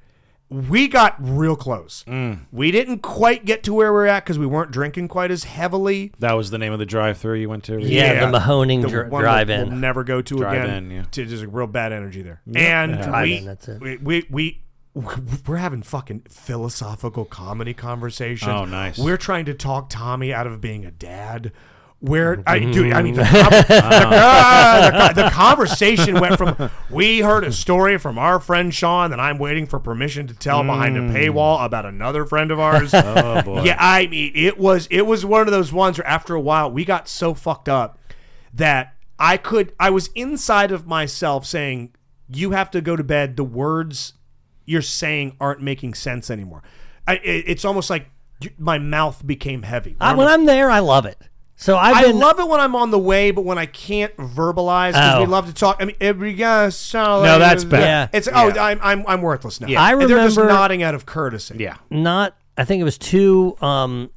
We got real close. We didn't quite get to where we we're at because we weren't drinking quite as heavily.
That was the name of the drive-through you went to.
Yeah, the Mahoning
The
dri-
one we'll-
drive-in.
We'll never go to
Drive
again.
in, yeah.
To just real bad energy there.
Yeah.
And
Yeah.
we,
Drive-in, that's it.
we, we, we, we're having fucking philosophical comedy conversations.
Oh, nice.
We're trying to talk Tommy out of being a dad. Where I dude, I mean the, com-
Uh-huh.
the- ah, the co- the conversation went from we heard a story from our friend Sean that I'm waiting for permission to tell behind a paywall about another friend of ours.
Mm. Oh, boy.
Yeah, I mean, it was it was one of those ones where after a while we got so fucked up that I could I was inside of myself saying you have to go to bed. The words you're saying aren't making sense anymore. I, it, it's almost like you- my mouth became heavy.
I, Ah, when I'm there, I love it. So I've
I
been.
love it when I'm on the way, but when I can't verbalize because
Oh.
we love to talk. I mean, every guy sound
No,
like-
that's bad.
Yeah.
It's oh, I'm, I'm I'm worthless now.
Yeah. I
And they're just
remember-
nodding out of courtesy.
Yeah.
not I think it was two um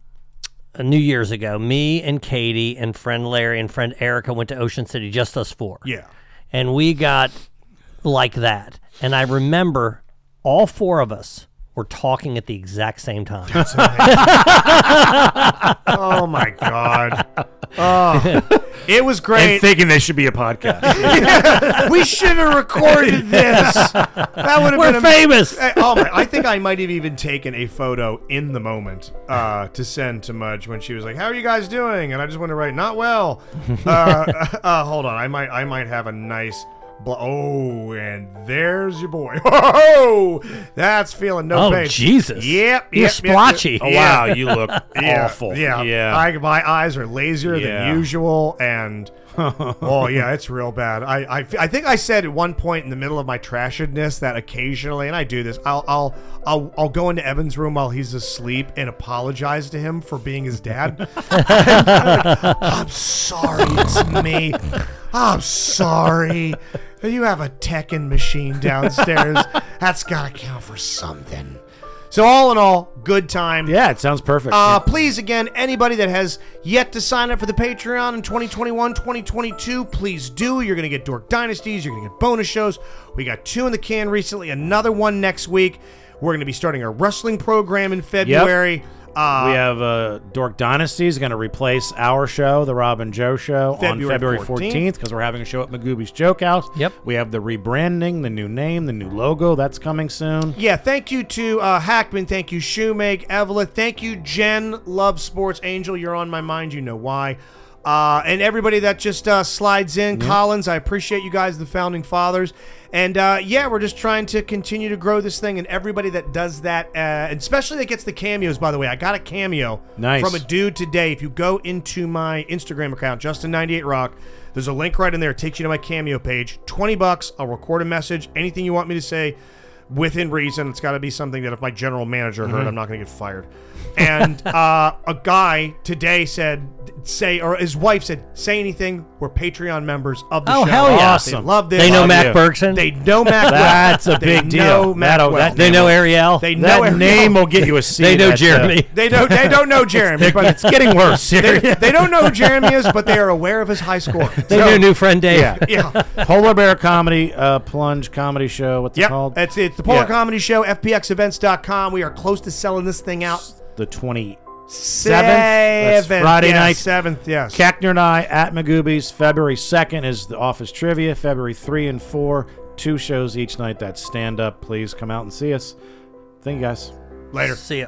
uh, New Year's ago, me and Katie and friend Larry and friend Erica went to Ocean City, just us four.
Yeah.
And we got like that. And I remember all four of us were talking at the exact same time.
Oh my god. Oh, it was great.
And thinking they should be a podcast.
we should have recorded this. That would have
We're
been
famous.
I- oh my! I think I might have even taken a photo in the moment uh, to send to Mudge when she was like, "How are you guys doing?" And I just wanted to write, "Not well." Uh, uh, hold on, I might I might have a nice. Bl- oh, and there's your boy. Oh, that's feeling no
Oh,
pain.
Jesus.
Yep,
You're
yep, yep, yep.
splotchy.
Oh,
Yeah.
wow, you look
Yeah,
awful.
Yeah,
Yeah.
I, my eyes are lazier
Yeah.
than usual, and oh yeah, it's real bad. I, I I think I said at one point in the middle of my trashedness that occasionally, and I do this. I'll I'll I'll, I'll go into Evan's room while he's asleep and apologize to him for being his dad. I'm sorry, it's me. I'm sorry. You have a Tekken machine downstairs. That's gotta count for something. So all in all, good time.
Yeah, it sounds perfect.
Uh, Please, again, anybody that has yet to sign up for the Patreon in 2021, 2022, please do. You're going to get Dork Dynasties. You're going to get bonus shows. We got two in the can recently, another one next week. We're going to be starting our wrestling program in February. Uh,
we have uh, Dork Dynasty is going to replace our show, the Rob and Joe show,
February
on February
14th.
14th because we're having a show at Magooby's Joke House. Yep. We have the rebranding, the new name, the new logo that's coming soon.
Yeah, thank you to uh, Hackman. Thank you, Shoemake, Evelyn. Thank you, Jen. Love Sports Angel. You're on my mind. You know why. Uh, and everybody that just uh, slides in, Collins, I appreciate you guys, the founding fathers. And uh, yeah, we're just trying to continue to grow this thing. And everybody that does that, uh, and especially that gets the cameos, by the way, I got a cameo
Nice.
from a dude today. If you go into my Instagram account, Justin98Rock, there's a link right in there. It takes you to my cameo page. 20 bucks. I'll record a message. Anything you want me to say within reason. It's got to be something that if my general manager heard,
Mhm.
I'm not going to get fired. And uh, a guy today said, say, or his wife said, say anything. We're Patreon members of the
Oh,
show.
hell yeah.
They
Awesome.
love this.
They know Love Matt you. Bergson?
They know Matt Well.
That's a
They
big deal.
know Matt
That'll-
Well.
that They name know will- Ariel.
They
that
know Ariel.
name will get you a seat
know
at, uh,
Jeremy.
They don't. They don't know Jeremy.
It's-
but
it's getting worse here.
They, they don't know who Jeremy is, but they are aware of his high score.
They
So-
knew new friend Dave.
Yeah.
yeah.
Polar Bear Comedy uh, Plunge Comedy Show. What's it
Yep.
called?
It's it's the Polar
Yeah.
Comedy Show. FPXEvents.com. We are close to selling this thing out.
the 27th. That's
Seventh,
Friday
yes,
night.
seventh, yes.
Kackner and I at Magoobies. February 2nd is the office trivia. February 3 and 4, two shows each night. That's stand up. Please come out and see us. Thank you guys.
Later.
See ya.